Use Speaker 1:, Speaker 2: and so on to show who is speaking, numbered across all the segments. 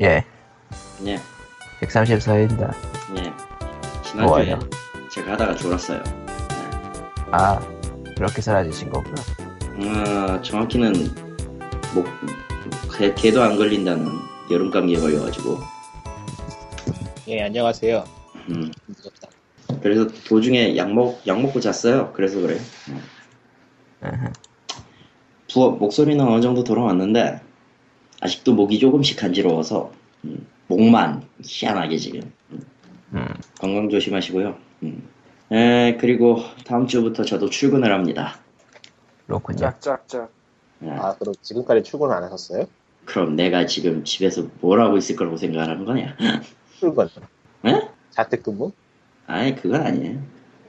Speaker 1: 예,
Speaker 2: 예,
Speaker 1: 134회입니다.
Speaker 2: 예. 지난주에
Speaker 1: 좋아요.
Speaker 2: 제가 하다가 졸았어요.
Speaker 1: 아, 그렇게 사라지신 거구나.
Speaker 2: 아, 정확히는 목, 개, 개도 안 걸린다는 여름 감기에 걸려가지고.
Speaker 3: 예, 안녕하세요.
Speaker 2: 음,
Speaker 3: 무섭다.
Speaker 2: 그래서 도중에 약, 먹, 약 먹고 잤어요. 그래서 그래.
Speaker 1: 으흠.
Speaker 2: 부어, 목소리는 어느 정도 돌아왔는데, 아직도 목이 조금씩 간지러워서, 음, 목만 희한하게 지금.
Speaker 1: 음,
Speaker 2: 건강 조심하시고요. 음. 에, 그리고 다음 주부터 저도 출근을 합니다.
Speaker 1: 그렇군요.
Speaker 4: 짝짝짝.
Speaker 2: 예.
Speaker 3: 아, 그럼 지금까지 출근 안 하셨어요?
Speaker 2: 그럼 내가 지금 집에서 뭘 하고 있을 거라고 생각하는 거냐?
Speaker 3: 출근.
Speaker 2: 예?
Speaker 3: 자택근무?
Speaker 2: 아니 그건 아니에요.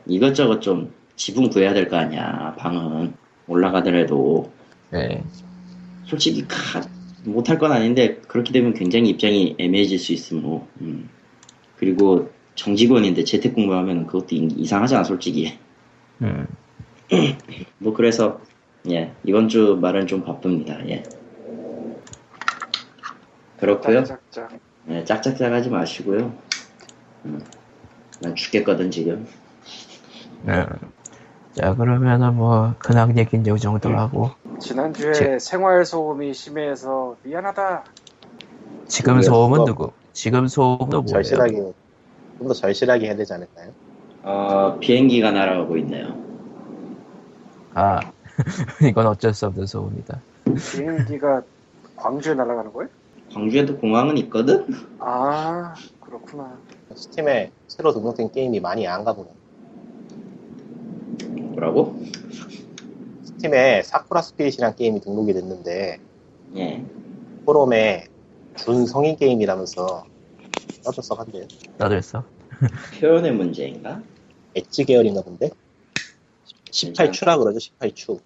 Speaker 2: 이것저것 좀 지분 구해야 될 거 아니야. 방은 올라가더라도
Speaker 1: 네,
Speaker 2: 솔직히 가, 못할 건 아닌데 그렇게 되면 굉장히 입장이 애매해질 수 있으므로 음. 그리고 정직원인데 재택근무하면 그것도 이- 이상하잖아 솔직히.
Speaker 1: 음,
Speaker 2: 뭐 그래서 예 이번 주 말은 좀 바쁩니다. 예. 그렇고요.
Speaker 4: 짝짝짝.
Speaker 2: 예, 짝짝짝하지 마시고요. 음. 난 죽겠거든 지금.
Speaker 1: 네. 자, 그러면은 뭐, 근황 얘기는 요 정도로 하고,
Speaker 4: 지난주에
Speaker 1: 제-
Speaker 4: 생활 소음이 심해서 미안하다.
Speaker 1: 지금
Speaker 3: 네,
Speaker 1: 소음은
Speaker 3: 그거-
Speaker 1: 누구? 지금 소음도 뭐예요?
Speaker 3: 절실하게, 좀 더 절실하게 해야 되지 않을까요?
Speaker 2: 어, 비행기가 날아가고 있네요.
Speaker 1: 아, 이건 어쩔 수 없는 소음이다.
Speaker 4: 비행기가 광주에 날아가는 거예요?
Speaker 2: 광주에도 공항은 있거든?
Speaker 4: 아 그렇구나.
Speaker 3: 스팀에 새로 등록된 게임이 많이 안가 보네.
Speaker 2: 뭐라고?
Speaker 3: 스팀에 사쿠라 스피릿이란 게임이 등록이 됐는데,
Speaker 2: 예.
Speaker 3: 포럼에 준성인 게임이라면서 떠들썩 한대요.
Speaker 1: 떠들썩.
Speaker 2: 표현의 문제인가?
Speaker 3: 엣지 계열인가 본데? 18추라 그러죠, 18추.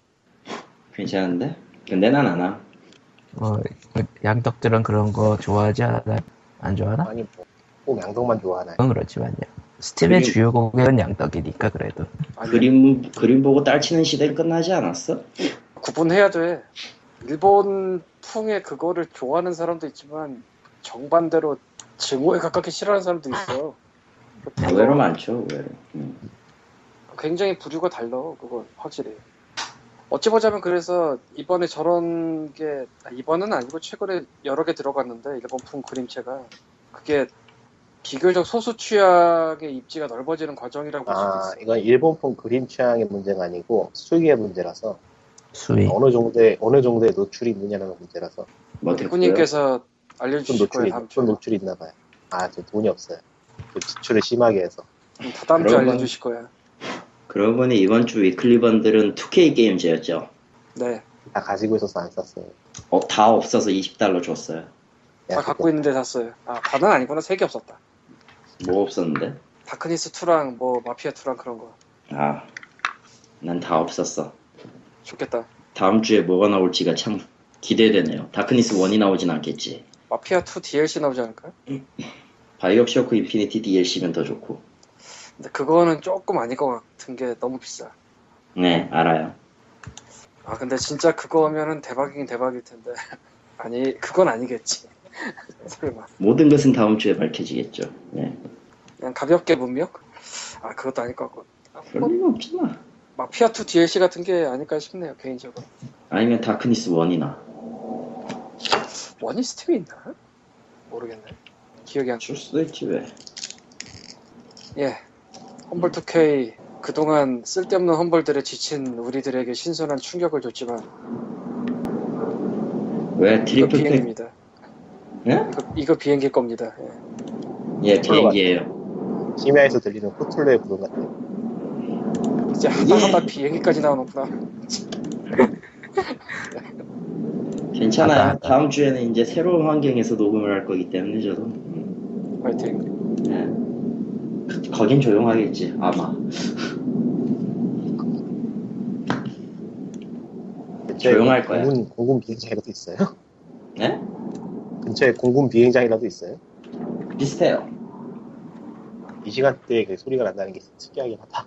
Speaker 2: 괜찮은데? 근데 난 안 와.
Speaker 1: 뭐, 양덕들은 그런 거 좋아하지 않아? 안 좋아하나?
Speaker 3: 아니, 뭐, 꼭 양동만 좋아하나요?
Speaker 1: 그건 그렇지만요. 스팀의
Speaker 2: 그게-
Speaker 1: 주요 고객은 양덕이니까, 그래도.
Speaker 4: 아니, 네.
Speaker 2: 그림, 그림 보고 딸치는 시대 끝나지 않았어?
Speaker 4: 구분해야 돼. 일본 풍의 그거를 좋아하는 사람도 있지만 정반대로 증오에 가깝게 싫어하는 사람도 있어.
Speaker 2: 아, 의외로 많죠, 의외로. 음.
Speaker 4: 굉장히 부류가 달라 그건 확실히 어찌 보자면 그래서 이번에 저런 게 아, 이번은 아니고 최근에 여러 개 들어갔는데 일본풍 그림체가 그게 비교적 소수 취향의 입지가 넓어지는 과정이라고 볼 수도
Speaker 3: 아,
Speaker 4: 있어요
Speaker 3: 이건 일본풍 그림 취향의 문제가 아니고 수위의 문제라서
Speaker 1: 수익.
Speaker 3: 어느 정도의 어느 정도의 노출이 있느냐는 문제라서
Speaker 2: 뭐 됐고요.
Speaker 4: 군님께서
Speaker 3: 좀
Speaker 4: 알려주실
Speaker 3: 노출이
Speaker 4: 거예요 다음 주에
Speaker 3: 좀 노출이 있나 봐요. 아, 저 돈이 없어요. 그 지출을 심하게 해서
Speaker 4: 음, 다 다음 주에
Speaker 2: 그런 건-
Speaker 4: 알려주실 거예요
Speaker 2: 그러고 보니 이번 주 위클리 번들은 2K 게임즈였죠.
Speaker 4: 네 다
Speaker 3: 다 가지고 있어서 안 샀어요.
Speaker 2: 어, 다 없어서 20달러 줬어요.
Speaker 3: 야,
Speaker 4: 갖고 있는데 샀어요 아 다는 아니구나 세 개 없었다
Speaker 2: 뭐 없었는데?
Speaker 4: 다크니스 2랑 뭐 마피아 2랑 그런 거
Speaker 2: 아, 난 다 없었어.
Speaker 4: 좋겠다
Speaker 2: 다음 주에 뭐가 나올지가 참 기대되네요. 다크니스 1이 나오진 않겠지.
Speaker 4: 마피아 2 DLC 나오지 않을까요?
Speaker 2: 바이오 쇼크 인피니티 DLC면 더 좋고.
Speaker 4: 근데 그거는 조금 아닐 것 같은 게 너무 비싸
Speaker 2: 네, 알아요.
Speaker 4: 아 근데 진짜 그거 하면은 대박이긴 대박일 텐데 아니 그건 아니겠지 설마
Speaker 2: 모든 것은 다음 주에 밝혀지겠죠. 네.
Speaker 4: 그냥 가볍게 문명? 아 그것도 아닐 것 같고
Speaker 2: 그럴
Speaker 4: 뭐?
Speaker 2: 리가 없잖아.
Speaker 4: 마피아2 DLC 같은 게 아닐까 싶네요 개인적으로
Speaker 2: 아니면 다크니스 1이나.
Speaker 4: 원이 스팀에 있나? 모르겠네 기억이
Speaker 2: 줄 수도 있지, 왜.
Speaker 4: 안예 험벌2K 그동안 쓸데없는 험벌들에 지친 우리들에게 신선한 충격을 줬지만
Speaker 2: 왜
Speaker 4: 음, 이거
Speaker 2: 트리플 팩.
Speaker 4: 비행기입니다
Speaker 2: 예?
Speaker 4: 이거, 이거 비행기일 겁니다 예.
Speaker 2: 예, 비행기예요
Speaker 3: 심야에서 들리는 코툴레의 부름 같아요.
Speaker 4: 이제 하다하다 비행기까지 나오는구나
Speaker 2: 괜찮아요.
Speaker 4: 아,
Speaker 1: 맞다.
Speaker 2: 다음 주에는 이제 새로운 환경에서 녹음을 할 거기 때문에 저도. 음,
Speaker 4: 화이팅
Speaker 2: 네. 그- 거긴 조용하겠지, 아마.
Speaker 3: 근처에
Speaker 2: 조용할 거야.
Speaker 3: 공군, 공군 비행장이라도 있어요?
Speaker 2: 네?
Speaker 3: 근처에 공군 비행장이라도 있어요?
Speaker 2: 비슷해요.
Speaker 3: 이 시간대에 그 소리가 난다는 게 특이하긴 하다.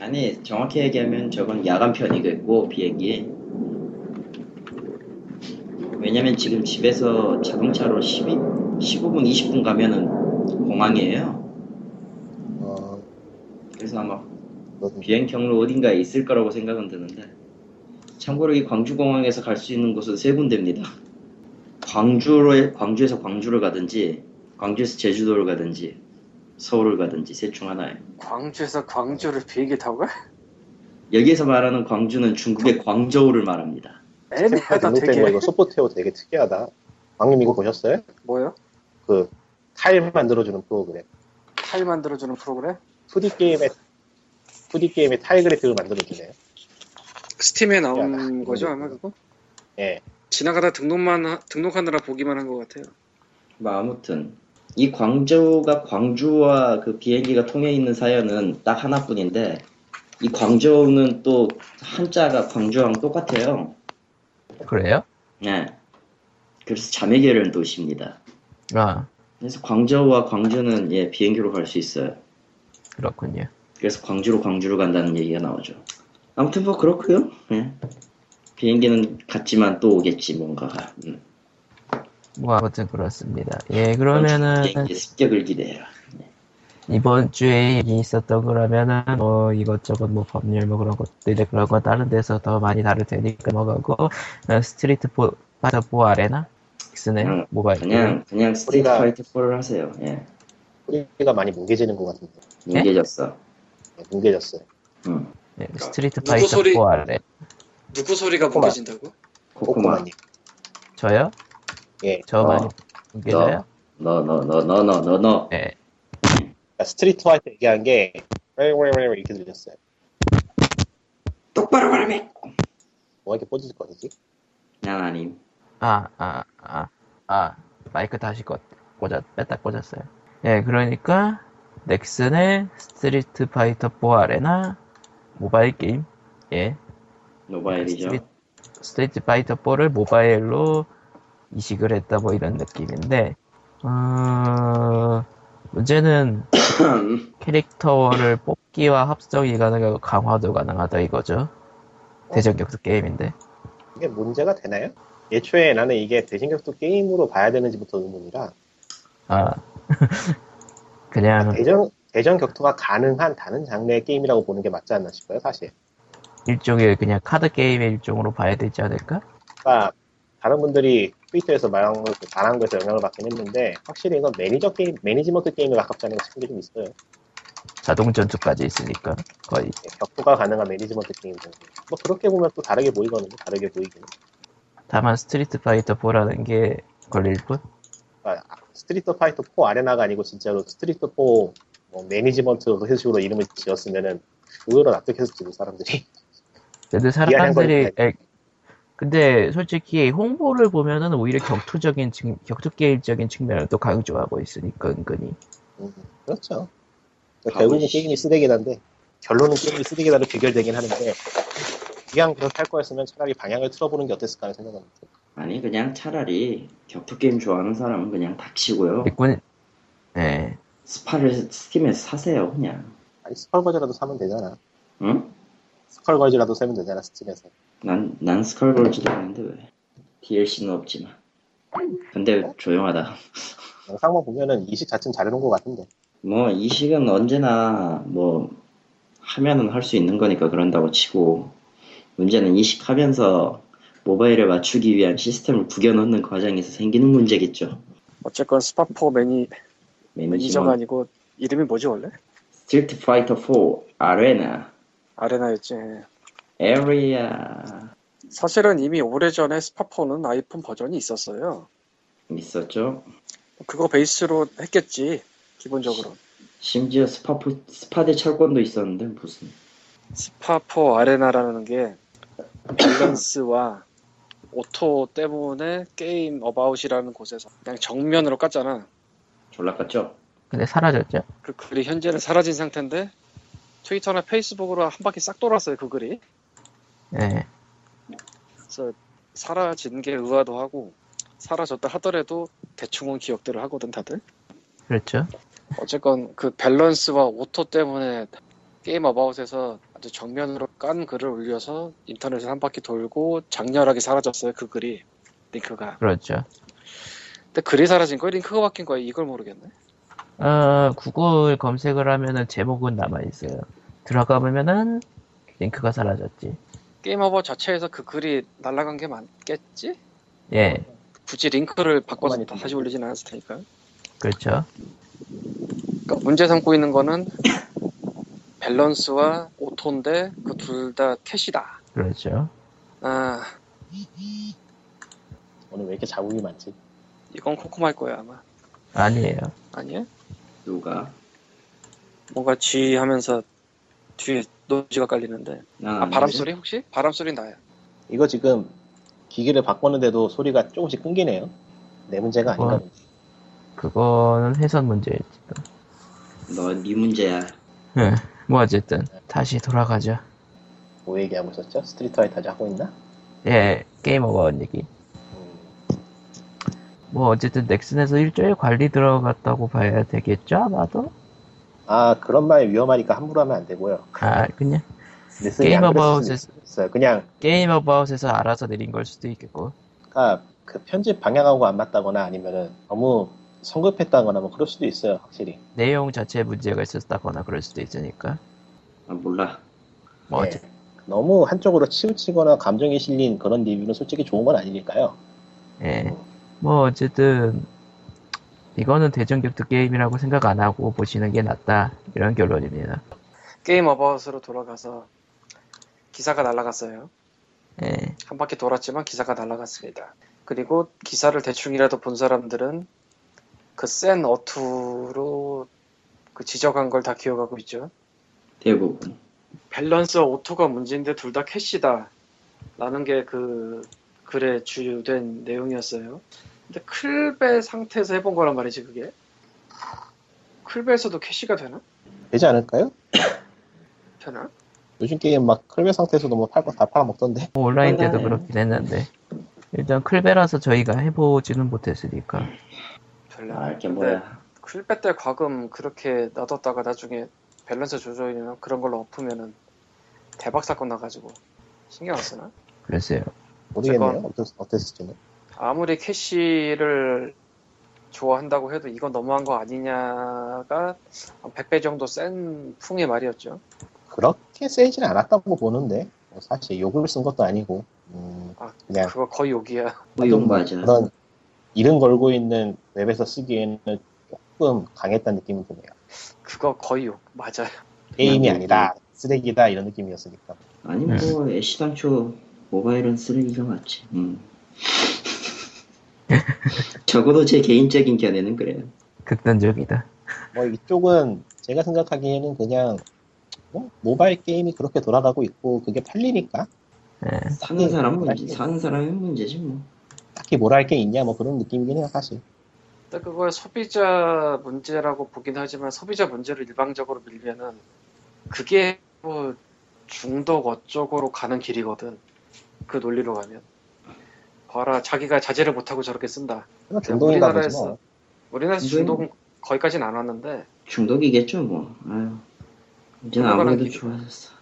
Speaker 2: 아니, 정확히 얘기하면 저건 야간 편이겠고, 비행기. 왜냐면 지금 집에서 자동차로 12, 15분, 20분 가면은 공항이에요.
Speaker 3: 어,
Speaker 2: 그래서 아마
Speaker 3: 그렇군.
Speaker 2: 비행 경로 어딘가에 있을 거라고 생각은 드는데 참고로 이 광주공항에서 갈 수 있는 곳은 세 군데입니다. 광주로 광주에서 광주를 가든지 광주에서 제주도를 가든지 서울을 가든지 셋 중 하나예요.
Speaker 4: 광주에서 광주를 비행기 타고 가?
Speaker 2: 여기에서 말하는 광주는 중국의 광저우를 말합니다.
Speaker 3: 스팀카
Speaker 4: 애매하다
Speaker 3: 등록된 거
Speaker 4: 되게
Speaker 3: 이거 소프트웨어 되게 특이하다. 왕님 이거 보셨어요?
Speaker 4: 뭐예요?
Speaker 3: 그 타일 만들어주는 프로그램.
Speaker 4: 타일 만들어주는 프로그램?
Speaker 3: 2D 게임에 2D 게임에 타일 그래픽을 만들어주네요.
Speaker 4: 스팀에
Speaker 3: 야,
Speaker 4: 나온
Speaker 3: 나-
Speaker 4: 거죠 아마 그거?
Speaker 3: 예.
Speaker 4: 지나가다 등록만 하- 등록하느라 보기만 한 것 같아요
Speaker 2: 뭐 아무튼 이 광저우가 광주와 그 비행기가 통해 있는 사연은 딱 하나뿐인데 이 광저우는 또 한자가 광주랑 똑같아요.
Speaker 1: 그래요?
Speaker 2: 네. 그래서 자매결연 도시입니다.
Speaker 1: 아,
Speaker 2: 그래서 광저우와 광주는 예 비행기로 갈 수 있어요.
Speaker 1: 그렇군요.
Speaker 2: 그래서 광주로 광주로 간다는 얘기가 나오죠. 아무튼 뭐 그렇고요. 예. 비행기는 갔지만 또 오겠지 뭔가가. 음.
Speaker 1: 뭐 아무튼 그렇습니다. 예, 그러면은
Speaker 2: 비행기 습격을 기대해요.
Speaker 1: 이번 주에 얘기 있었던 거라면은 뭐 이것저것 뭐 법률 뭐 그런 것들 이제 그런 건 다른 데서 더 많이 다룰 테니까 뭐 넘어가고 어, 스트리트 포 파이터 4 아레나 엑스네
Speaker 4: 음,
Speaker 2: 그냥-
Speaker 1: 모바일
Speaker 2: 그냥 그냥 스트리트
Speaker 3: 우리가-
Speaker 2: 파이터 4를 하세요. 예.
Speaker 3: 소리가 많이 뭉개지는 것 같은데.
Speaker 1: 네?
Speaker 2: 뭉개졌어.
Speaker 3: 예, 뭉개졌어요.
Speaker 2: 응.
Speaker 1: 예, 스트리트
Speaker 4: 누구
Speaker 1: 파이터
Speaker 4: 소리-
Speaker 1: 4 아레
Speaker 4: 누구 소리가
Speaker 3: 꼬마.
Speaker 4: 무거진다고?
Speaker 2: 코코마.
Speaker 3: 꼬꼬마님.
Speaker 1: 저요?
Speaker 3: 예.
Speaker 1: 저
Speaker 2: 어.
Speaker 1: 많이 웃겨요?
Speaker 2: 너 너 너 너 너 너 너.
Speaker 1: 예.
Speaker 3: 그러니까 스트리트 화이트 얘기한 게 이렇게 들렸어요.
Speaker 2: 똑바로 말하면.
Speaker 3: 뭐가 이렇게 뽀질 거리지?
Speaker 2: 난 아님.
Speaker 1: 아, 아, 아, 아, 마이크 다시 꽂, 꽂았, 뺐다 꽂았어요. 예, 그러니까, 넥슨의 스트리트 파이터 4 아레나 모바일 게임. 예,
Speaker 2: 노바일이죠.
Speaker 1: 스트리트- 스트리트 파이터 4를 모바일로 이식을 했다, 뭐 이런 느낌인데, 어, 문제는
Speaker 2: 음。
Speaker 1: 캐릭터를 뽑기와 합성이 가능하고 강화도 가능하다 이거죠. 대전격투 게임인데.
Speaker 3: 이게 문제가 되나요? 애초에 나는 이게 대신격투 게임으로 봐야 되는지부터 의문이라
Speaker 1: 아, 그냥
Speaker 3: 대전 대전 격투가 가능한 다른 장르의 게임이라고 보는 게 맞지 않나 싶어요, 사실.
Speaker 1: 일종의 그냥 카드 게임의 일종으로 봐야 되지 않을까?
Speaker 3: 그러니까 다른 분들이 트위터에서 말한 걸 잘한 거에서 영향을 받긴 했는데 확실히 이건 매니저 게임, 매니지먼트 게임에 가깝다는 측면이 좀 있어요.
Speaker 1: 자동 전투까지 있으니까 거의
Speaker 3: 예, 격투가 가능한 매니지먼트 게임 정도. 뭐 그렇게 보면 또 다르게 보이거든요. 다르게 보이기는.
Speaker 1: 다만 스트리트 파이터 4라는 게 걸릴 뿐
Speaker 3: 그러니까 스트리트 파이터 4 아레나가 아니고 진짜로 스트리트 4뭐 매니지먼트 그런 식으로 이름을 지었으면은 의외로 납득해서 지금 사람들이
Speaker 1: 근데
Speaker 3: 미안한 건
Speaker 1: 사람들이
Speaker 3: 있다.
Speaker 1: 에, 근데 솔직히 홍보를 보면은 오히려 격투적인 측, 격투 게임적인 측면을 또 강조하고 있으니까 은근히
Speaker 3: 음, 그렇죠. 그러니까
Speaker 2: 아우,
Speaker 3: 결국은
Speaker 2: 씨.
Speaker 3: 게임이 쓰레기긴 한데 결론은 게임이 쓰레기다로 귀결되긴 하는데 그냥 그렇게 할 거였으면 차라리 방향을 틀어보는 게 어땠을까 하는 생각은 듭니다.
Speaker 2: 아니 그냥 차라리 격투 게임 좋아하는 사람은 그냥 닥치고요.
Speaker 1: 일꾼 예
Speaker 2: 스파를 스팀에서 사세요 그냥.
Speaker 3: 아니 스컬 거즈라도 사면 되잖아.
Speaker 2: 응?
Speaker 3: 스컬 거즈라도 사면 되잖아 스팀에서.
Speaker 2: 난 난 스컬볼지도 아닌데 왜? DLC는 없지만. 근데 조용하다.
Speaker 3: 영상만 보면은 이식 자체는 잘해놓은 것 같은데.
Speaker 2: 뭐 이식은 언제나 뭐 하면은 할 수 있는 거니까 그런다고 치고 문제는 이식하면서 모바일에 맞추기 위한 시스템을 구겨넣는 과정에서 생기는 문제겠죠.
Speaker 4: 어쨌건 스파포 매니 매니저가
Speaker 2: 매니지먼트
Speaker 4: 아니고 이름이 뭐지 원래?
Speaker 2: 스트리트 파이터 4 아레나
Speaker 4: 아레나였지
Speaker 2: 에리아
Speaker 4: 사실은 이미 오래전에 스파포는 아이폰 버전이 있었어요
Speaker 2: 있었죠.
Speaker 4: 그거 베이스로 했겠지 기본적으로
Speaker 2: 심지어 스파프, 스파대 철권도 있었는데 무슨
Speaker 4: 스파포 아레나라는 게 밸런스와 오토 때문에 게임 어바웃이라는 곳에서 그냥 정면으로 깠잖아
Speaker 2: 졸라 깠죠?
Speaker 1: 근데 사라졌죠
Speaker 4: 그 글이 현재는 사라진 상태인데 트위터나 페이스북으로 한 바퀴 싹 돌았어요 그 글이
Speaker 1: 예
Speaker 4: 그래서 사라진 게 의아도 하고 사라졌다 하더라도 대충은 기억들을 하거든 다들
Speaker 1: 그렇죠
Speaker 4: 어쨌건 그 밸런스와 오토 때문에 게임 어바웃에서 아주 정면으로 깐 글을 올려서 인터넷에 한 바퀴 돌고 장렬하게 사라졌어요 그 글이 링크가
Speaker 1: 그렇죠
Speaker 4: 근데 근데 글이 사라진 거야? 링크가 바뀐 거야? 이걸 모르겠네.
Speaker 1: 어, 구글 검색을 하면은 제목은 남아있어요. 들어가 보면은 링크가 사라졌지.
Speaker 4: 게임 오버 자체에서 그 글이 날아간 게 많겠지?
Speaker 1: 예,
Speaker 4: 굳이 링크를 바꿔서
Speaker 3: 많이
Speaker 4: 다시 올리진 않았을 테니까.
Speaker 1: 그렇죠.
Speaker 4: 그러니까 문제 삼고 있는 거는 밸런스와 오토인데 그 둘 다 캐시다.
Speaker 1: 그렇죠.
Speaker 4: 아,
Speaker 3: 오늘 왜 이렇게 자국이 많지?
Speaker 4: 이건 코코말 거야 아마.
Speaker 1: 아니에요.
Speaker 4: 아니야?
Speaker 2: 누가?
Speaker 4: 뭔가 쥐 하면서 뒤에 노지가 깔리는데.
Speaker 2: 난
Speaker 4: 아, 바람 소리 혹시? 바람 소리 나요.
Speaker 3: 이거 지금 기기를 바꿨는데도 소리가 조금씩 끊기네요. 내 문제가 아닌가
Speaker 1: 어.
Speaker 3: 봅니다.
Speaker 1: 그거는 해선 문제예요. 지금.
Speaker 2: 넌네 문제야.
Speaker 1: 예, 뭐 어쨌든 다시 돌아가죠.
Speaker 3: 뭐 얘기하고 있었죠? 스트리트 파이터즈 하고 있나?
Speaker 1: 예, 게임 오버 얘기.
Speaker 3: 음,
Speaker 1: 뭐 어쨌든 넥슨에서 일주일 관리 들어갔다고 봐야 되겠죠 아마도?
Speaker 3: 아 그런 말 위험하니까 함부로 하면 안 되고요.
Speaker 1: 아 그냥
Speaker 3: 넥슨이 안
Speaker 1: 게임
Speaker 3: 그랬을
Speaker 1: 어바웃에서-
Speaker 3: 수는 있어요. 그냥
Speaker 1: 게임 어바웃에서 알아서 내린 걸 수도 있겠고
Speaker 3: 아, 그 편집 방향하고 안 맞다거나 아니면은 너무 성급했다거나 뭐 그럴 수도 있어요. 확실히.
Speaker 1: 내용 자체에 문제가 있었다거나 그럴 수도 있으니까
Speaker 2: 아, 몰라.
Speaker 1: 뭐
Speaker 3: 예.
Speaker 1: 어쨌든
Speaker 3: 너무 한쪽으로 치우치거나 감정이 실린 그런 리뷰는 솔직히 좋은 건 아니니까요.
Speaker 1: 예. 뭐 어쨌든 이거는 대중격투 게임이라고 생각 안 하고 보시는 게 낫다 이런 결론입니다.
Speaker 4: 게임 어바웃으로 돌아가서 기사가 날아갔어요.
Speaker 1: 예,
Speaker 4: 한 바퀴 돌았지만 기사가 날아갔습니다. 그리고 기사를 대충이라도 본 사람들은 그 센 어투로 그 지적한 걸 다 기억하고 있죠.
Speaker 2: 대부분.
Speaker 4: 밸런스와 오토가 문제인데 둘 다 캐시다. 라는 게 그 글에 주된 내용이었어요. 근데 클베 상태에서 해본 거란 말이지, 그게. 클베에서도 캐시가 되나?
Speaker 3: 되지 않을까요?
Speaker 4: 되나?
Speaker 3: 요즘 게임 막 클베 상태에서도 뭐 팔 거 다 팔아먹던데.
Speaker 1: 뭐 온라인 때도
Speaker 2: 그러네.
Speaker 1: 그렇긴 했는데 일단 클베라서 저희가 해보지는 못했으니까
Speaker 4: 별로.
Speaker 2: 아, 이게 뭐야.
Speaker 4: 클베 때 과금 그렇게 놔뒀다가 나중에 밸런스 조절이나 그런 걸로 엎으면은 대박 사건 나가지고 신경 안 쓰나?
Speaker 1: 그랬어요.
Speaker 3: 모르겠네요.
Speaker 4: 어쨌건.
Speaker 3: 어땠, 어땠을지는.
Speaker 4: 아무리 캐시를 좋아한다고 해도 이건 너무한 거 아니냐가 100배 정도 센 풍의 말이었죠.
Speaker 3: 그렇게 세진 않았다고 보는데. 뭐 사실 욕을 쓴 것도 아니고. 음,
Speaker 4: 아,
Speaker 3: 그냥
Speaker 4: 그거 거의 욕이야.
Speaker 2: 뭐 의욕 맞아.
Speaker 3: 그런 이름 걸고 있는 웹에서 쓰기에는 조금 강했다는 느낌이 드네요.
Speaker 4: 그거 거의 욕 맞아요.
Speaker 3: 게임이
Speaker 2: 음.
Speaker 3: 아니다. 쓰레기다 이런 느낌이었으니까.
Speaker 2: 아니 뭐 애쉬 당초 모바일은 쓰레기가 맞지. 음. 적어도 제 개인적인 견해는 그래요.
Speaker 1: 극단적이다.
Speaker 3: 뭐 이쪽은 제가 생각하기에는 그냥 뭐 모바일 게임이 그렇게 돌아가고 있고 그게 팔리니까
Speaker 1: 예.
Speaker 3: 네,
Speaker 2: 사는 사람 문제, 사는 사람의 문제지 뭐.
Speaker 3: 딱히 뭘 할 게 있냐 뭐 그런 느낌이긴 해요 사실.
Speaker 4: 근데 그걸 소비자 문제라고 보긴 하지만 소비자 문제를 일방적으로 밀면은 그게 뭐 중독 어쩌고로 가는 길이거든. 그 논리로 가면. 봐라, 자기가 자제를 못하고 저렇게 쓴다.
Speaker 3: 그냥 중동인가 보지
Speaker 4: 우리나라에서
Speaker 3: 뭐.
Speaker 4: 우리나라에서
Speaker 2: 이건-
Speaker 4: 중독은 거기까지는 안 왔는데
Speaker 2: 중독이겠죠 뭐. 아유. 이제
Speaker 4: 중독하는
Speaker 2: 아무래도
Speaker 4: 게-
Speaker 2: 좋아졌어.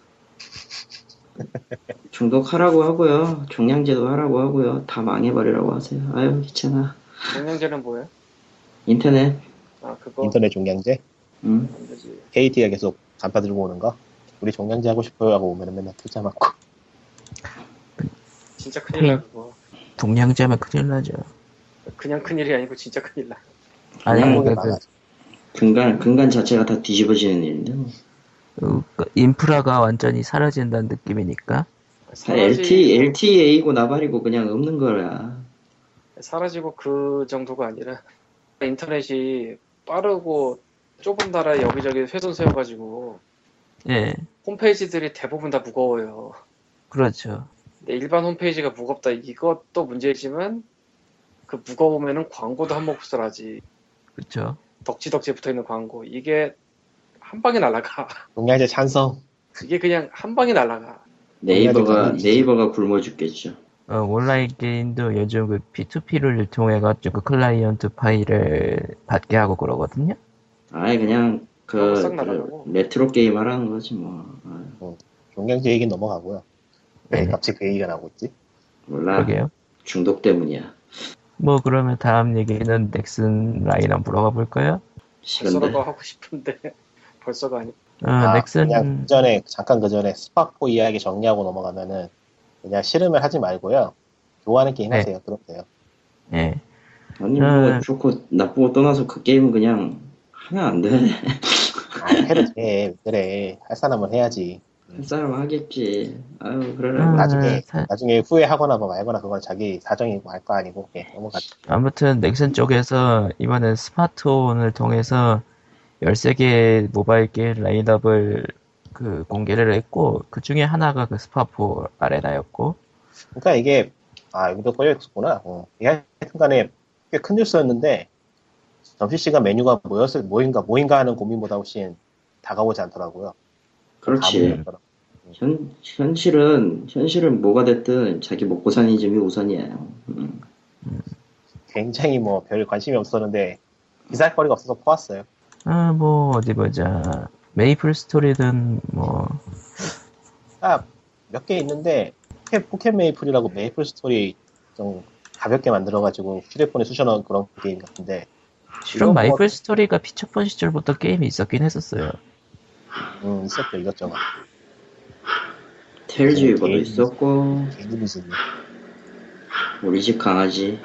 Speaker 2: 중독하라고 하고요. 종량제도 하라고 하고요. 다 망해버리라고 하세요. 아유 귀찮아.
Speaker 4: 공영제는 뭐예요?
Speaker 2: 인터넷.
Speaker 4: 아 그거
Speaker 3: 인터넷 종량제
Speaker 2: 음.
Speaker 4: 그지.
Speaker 3: KT가 계속 간파 들고 오는 거. 우리 종량제 하고 싶어요 하고 오면 맨날 투자 맞고.
Speaker 4: 진짜 큰일 나 그거
Speaker 1: 동양자면 큰일 나죠.
Speaker 4: 그냥 큰일이 아니고 진짜 큰일 나
Speaker 1: 아니
Speaker 3: 한국에
Speaker 1: 그러니까 그
Speaker 3: 많아.
Speaker 2: 근간 근간 자체가 다 뒤집어지는 일인데 뭐.
Speaker 1: 어, 그 인프라가 완전히 사라진다는 느낌이니까
Speaker 3: 네,
Speaker 2: 다 LT LTA고 나발이고 그냥 없는 거야.
Speaker 4: 사라지고 그 정도가 아니라 인터넷이 빠르고 좁은 나라에 여기저기 회선 세워가지고
Speaker 1: 예
Speaker 4: 홈페이지들이 대부분 다 무거워요
Speaker 1: 그렇죠
Speaker 4: 근데 일반 홈페이지가 무겁다 이것도 문제지만 그 무거우면은 광고도 한 몫을 하지
Speaker 1: 그렇죠
Speaker 4: 덕지덕지 붙어있는 광고 이게 한 방에 날아가
Speaker 3: 종량제 찬성.
Speaker 4: 이게 그냥 한 방에 날아가
Speaker 2: 네이버가
Speaker 3: 그래가지고
Speaker 2: 네이버가 굶어 죽겠죠.
Speaker 1: 어, 온라인 게임도 요즘 그 P2P를 유통해가지고 그 클라이언트 파일을 받게 하고 그러거든요
Speaker 3: 음.
Speaker 2: 아예 그냥 그,
Speaker 4: 싹
Speaker 2: 그
Speaker 4: 나가려고.
Speaker 2: 레트로 게임 하라는 거지 뭐. 아유,
Speaker 3: 종량제 얘기 넘어가고요. 왜
Speaker 1: 네.
Speaker 3: 갑자기 그 얘기가 나오고 있지?
Speaker 2: 몰라
Speaker 1: 그러게요
Speaker 2: 중독 때문이야.
Speaker 1: 뭐 그러면 다음 얘기는 넥슨 라인 한번 물어가 볼까요?
Speaker 2: 시간대.
Speaker 5: 벌써라고 하고 싶은데 벌써가 아니
Speaker 1: 어,
Speaker 3: 아,
Speaker 1: 넥슨
Speaker 3: 그냥 그 전에 잠깐 그 전에 스파코 이야기 정리하고 넘어가면은 그냥 실험을 하지 말고요. 좋아하는 게임
Speaker 1: 네.
Speaker 3: 하세요. 그럼 돼요.
Speaker 1: 예.
Speaker 2: 아니 뭐
Speaker 1: 음.
Speaker 2: 좋고 나쁘고 떠나서 그 게임은 그냥 하면 안 돼.
Speaker 3: 아, 해도 돼. 그래. 할 사람은 해야지.
Speaker 2: 할 사람 하겠지. 아유
Speaker 1: 음.
Speaker 2: 그러라고.
Speaker 3: 나중에
Speaker 1: 사-
Speaker 3: 나중에 후회하거나 뭐 말거나 그건 자기 사정이고 할 거 아니고 예, 넘어가죠.
Speaker 1: 아무튼 넥슨 쪽에서 이번엔 스마트온을 통해서 13개의 모바일 게임 라인업을 그 공개를 했고 그 중에 하나가 그 스파포 아레나였고
Speaker 3: 그러니까 이게 아 여기도 꺼져 있구나. 어. 이게 하여튼간에 꽤 큰 뉴스였는데 점심시간 메뉴가 뭐였을 뭐인가 뭐인가 하는 고민보다 훨씬 다가오지 않더라고요.
Speaker 2: 그렇지.
Speaker 3: 다가오지 않더라고요.
Speaker 2: 현, 현실은 현실은 뭐가 됐든 자기 먹고 사는 점이 우선이에요. 음.
Speaker 3: 굉장히 뭐 별 관심이 없었는데 기사거리가 없어서 퍼왔어요.
Speaker 1: 아 뭐 어디 보자 메이플 스토리든 뭐
Speaker 3: 몇 개 있는데 포켓, 포켓 메이플이라고 메이플 스토리 좀 가볍게 만들어가지고 휴대폰에 쑤셔넣은 그런 게임 같은데
Speaker 1: 그런
Speaker 3: 이건
Speaker 1: 메이플
Speaker 3: 뭐,
Speaker 1: 스토리가 피처폰 시절부터 게임이 있었긴 했었어요
Speaker 3: 음, 있었죠 이것저것
Speaker 2: 테일즈
Speaker 3: 음,
Speaker 2: 위버도
Speaker 3: 게임.
Speaker 2: 있었고
Speaker 3: 개념이 있었네
Speaker 2: 우리 집 강아지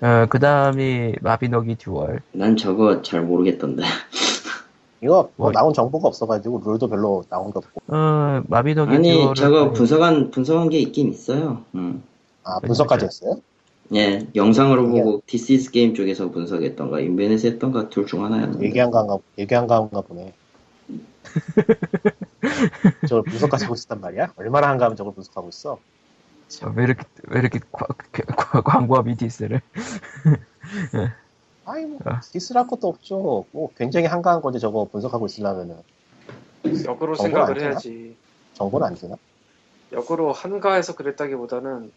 Speaker 1: 어, 그 다음이 마비노기 듀얼
Speaker 2: 난 저거 잘 모르겠던데.
Speaker 3: 이거 뭐
Speaker 1: 뭐.
Speaker 3: 나온 정보가 없어가지고 룰도 별로 나온 게 없고
Speaker 1: 어, 마비노기
Speaker 2: 아니 그
Speaker 1: 듀얼은
Speaker 2: 저거 분석한 분석한 게 있긴 있어요. 음.
Speaker 3: 아 분석까지 했어요?
Speaker 2: 예, 영상으로
Speaker 3: 이게-
Speaker 2: 보고 디스이스 게임 쪽에서 분석했던가 인벤에서 했던가 둘 중 하나였는데
Speaker 3: 얘기한 건가 얘기한 건가 보네 저걸 분석까지 하고 있었단 말이야? 얼마나 한가하면 저걸 분석하고 있어?
Speaker 1: 어, 왜 이렇게 왜 이렇게 과- 과- 광고와 미디스를
Speaker 3: 아이 뭐
Speaker 1: 아.
Speaker 3: 디스할 것도 없죠 뭐 굉장히 한가한 건데 저거 분석하고 있으려면은
Speaker 5: 역으로
Speaker 3: 정보가
Speaker 5: 생각을
Speaker 3: 많잖아.
Speaker 5: 해야지
Speaker 3: 정보는 안 주나?
Speaker 5: 역으로 한가해서 그랬다기보다는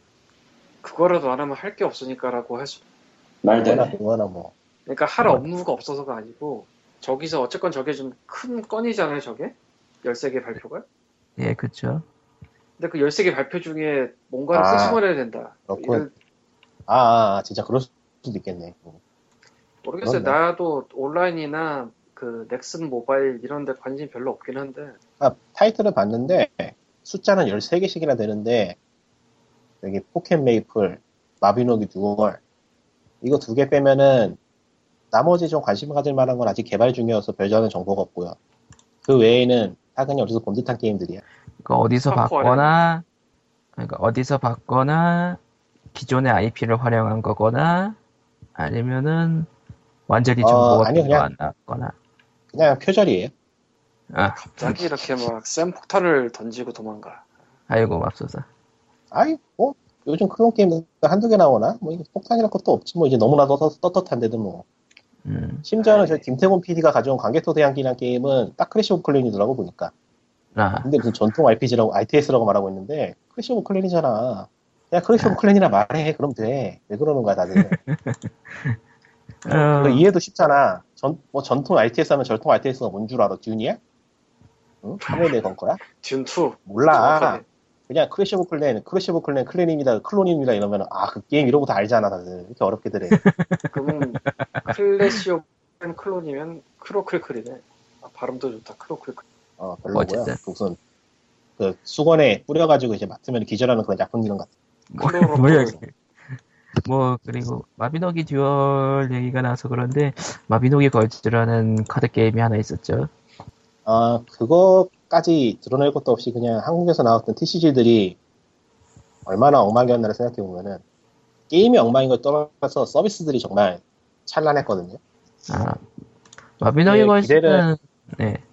Speaker 5: 그거라도 안 하면 할 게 없으니까라고 할수 네.
Speaker 2: 말도 안
Speaker 3: 그거나
Speaker 2: 돼.
Speaker 3: 그거나 뭐
Speaker 5: 그러니까 할
Speaker 1: 음.
Speaker 5: 업무가 없어서가 아니고 저기서 어쨌건 저게 좀 큰 건이잖아요 저게 13개 발표가
Speaker 1: 예 그쵸
Speaker 5: 근데 그 13개 발표 중에 뭔가를
Speaker 3: 아,
Speaker 5: 끄집어내야 된다
Speaker 3: 그렇군.
Speaker 5: 이런-
Speaker 3: 아, 아, 진짜 그럴 수도 있겠네. 음.
Speaker 5: 모르겠어요
Speaker 3: 그렇네.
Speaker 5: 나도 온라인이나 그 넥슨 모바일 이런 데 관심 별로 없긴 한데
Speaker 3: 아, 타이틀을 봤는데 숫자는 13개씩이나 되는데 여기 포켓 메이플, 마비노기 듀얼 이거 두 개 빼면은 나머지 좀 관심 가질 만한 건 아직 개발 중이어서 별다른 정보가 없고요. 그 외에는 타근이 어디서 본 듯한 게임들이야.
Speaker 1: 그러니까 어디서
Speaker 5: 스마트
Speaker 1: 봤거나 그러니까 어디서 봤거나 기존의 IP를 활용한 거거나 아니면은 완전히
Speaker 3: 어,
Speaker 1: 정보가
Speaker 3: 아니요,
Speaker 1: 필요
Speaker 3: 그냥-
Speaker 1: 안 나왔거나
Speaker 3: 그냥 표절이에요.
Speaker 1: 아
Speaker 5: 갑자기 이렇게 막 쌤 폭탄을 던지고 도망가
Speaker 1: 아이고 맙소사
Speaker 3: 아이 뭐 요즘 그런 게임 한두 개 나오나? 뭐 이거 폭탄이랄 것도 없지 뭐 이제 너무나 떳- 떳떳한데도 뭐
Speaker 1: 음,
Speaker 3: 심지어는 저 김태곤 PD가 가져온 관객토대양기란 게임은 딱 크래시 오브 클랜이더라고 보니까
Speaker 1: 아,
Speaker 3: 근데 무슨 전통 RPG라고 ITS라고 말하고 있는데 크래시 오브 클랜이잖아 그냥 크래시 오브 클랜이라 말해 그럼 돼왜 그러는 거야 다들
Speaker 1: 어,
Speaker 3: 그 이해도 쉽잖아 전, 뭐 전통 RTS 하면 전통 RTS가 뭔 줄 알아 듄이야? 응? 카메라에 건 거야?
Speaker 5: 듄2
Speaker 3: 몰라 그냥 크래시 오브 클랜 크래시 오브 클랜 클랜입니다 클론입니다 이러면 아 그 게임 이러고 다 알잖아 다들 이렇게 어렵게 들해
Speaker 5: 그러면 클래시오 클론이면 크로클클이네 아, 발음도 좋다 크로클클
Speaker 3: 어, 별로고요.
Speaker 1: 어쨌든.
Speaker 3: 무슨 그 수건에 뿌려가지고 이제 맡으면 기절하는 그런 약품 기름 같은.
Speaker 1: 뭐,
Speaker 5: 클로로폴.
Speaker 1: 뭐야 이게. 뭐 그리고 마비노기 듀얼 얘기가 나서 그런데 마비노기 걸즈라는 카드 게임이 하나 있었죠
Speaker 3: 아 그거까지 드러낼 것도 없이 그냥 한국에서 나왔던 TCG들이 얼마나 엉망이었나를 생각해 보면은 게임이 엉망인 걸 떠나서 서비스들이 정말 찬란했거든요.
Speaker 1: 아 마비노기
Speaker 3: 예,
Speaker 1: 걸즈는
Speaker 3: 기대를-
Speaker 1: 네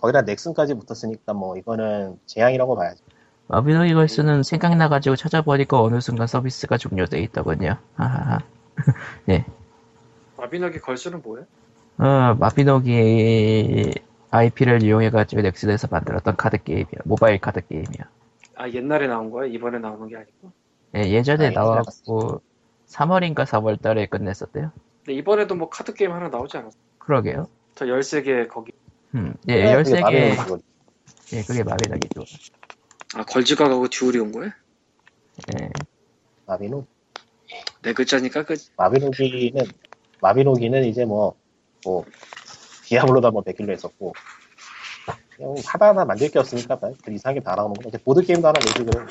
Speaker 3: 거기다 넥슨까지 붙었으니까 뭐 이거는 재앙이라고 봐야죠.
Speaker 1: 마비노기 걸스는 생각나가지고 찾아보니까 어느 순간 서비스가 종료돼 있더군요. 하하하.
Speaker 5: 마비노기 걸스는 뭐야?
Speaker 1: 어, 마비노기 IP를 이용해가지고 넥슨에서 만들었던 카드 게임이야. 모바일 카드 게임이야.
Speaker 5: 아 옛날에 나온 거야? 이번에 나오는 게 아니고?
Speaker 1: 예, 전에
Speaker 3: 아, 이거
Speaker 1: 나왔고 3월인가 4월 달에 끝냈었대요.
Speaker 5: 근데 이번에도 뭐 카드 게임 하나 나오지 않았어?
Speaker 1: 그러게요.
Speaker 5: 저 13개 거기
Speaker 1: 음, 예, 13개.
Speaker 3: 마음에 드는 거지.
Speaker 1: 예, 그게 마비노기죠.
Speaker 5: 아 걸즈가 가고 듀얼이 온 거야?
Speaker 1: 예.
Speaker 3: 마비노
Speaker 5: 네 글자니까 그
Speaker 3: 마비노기는 마비노기는 이제 뭐, 뭐 디아블로도 한번 베길로 했었고 그냥 뭐 하다 하다 만들 게 없으니까 그 이상하게 다 나오는 거 이제 보드 게임도 하나 내지 그래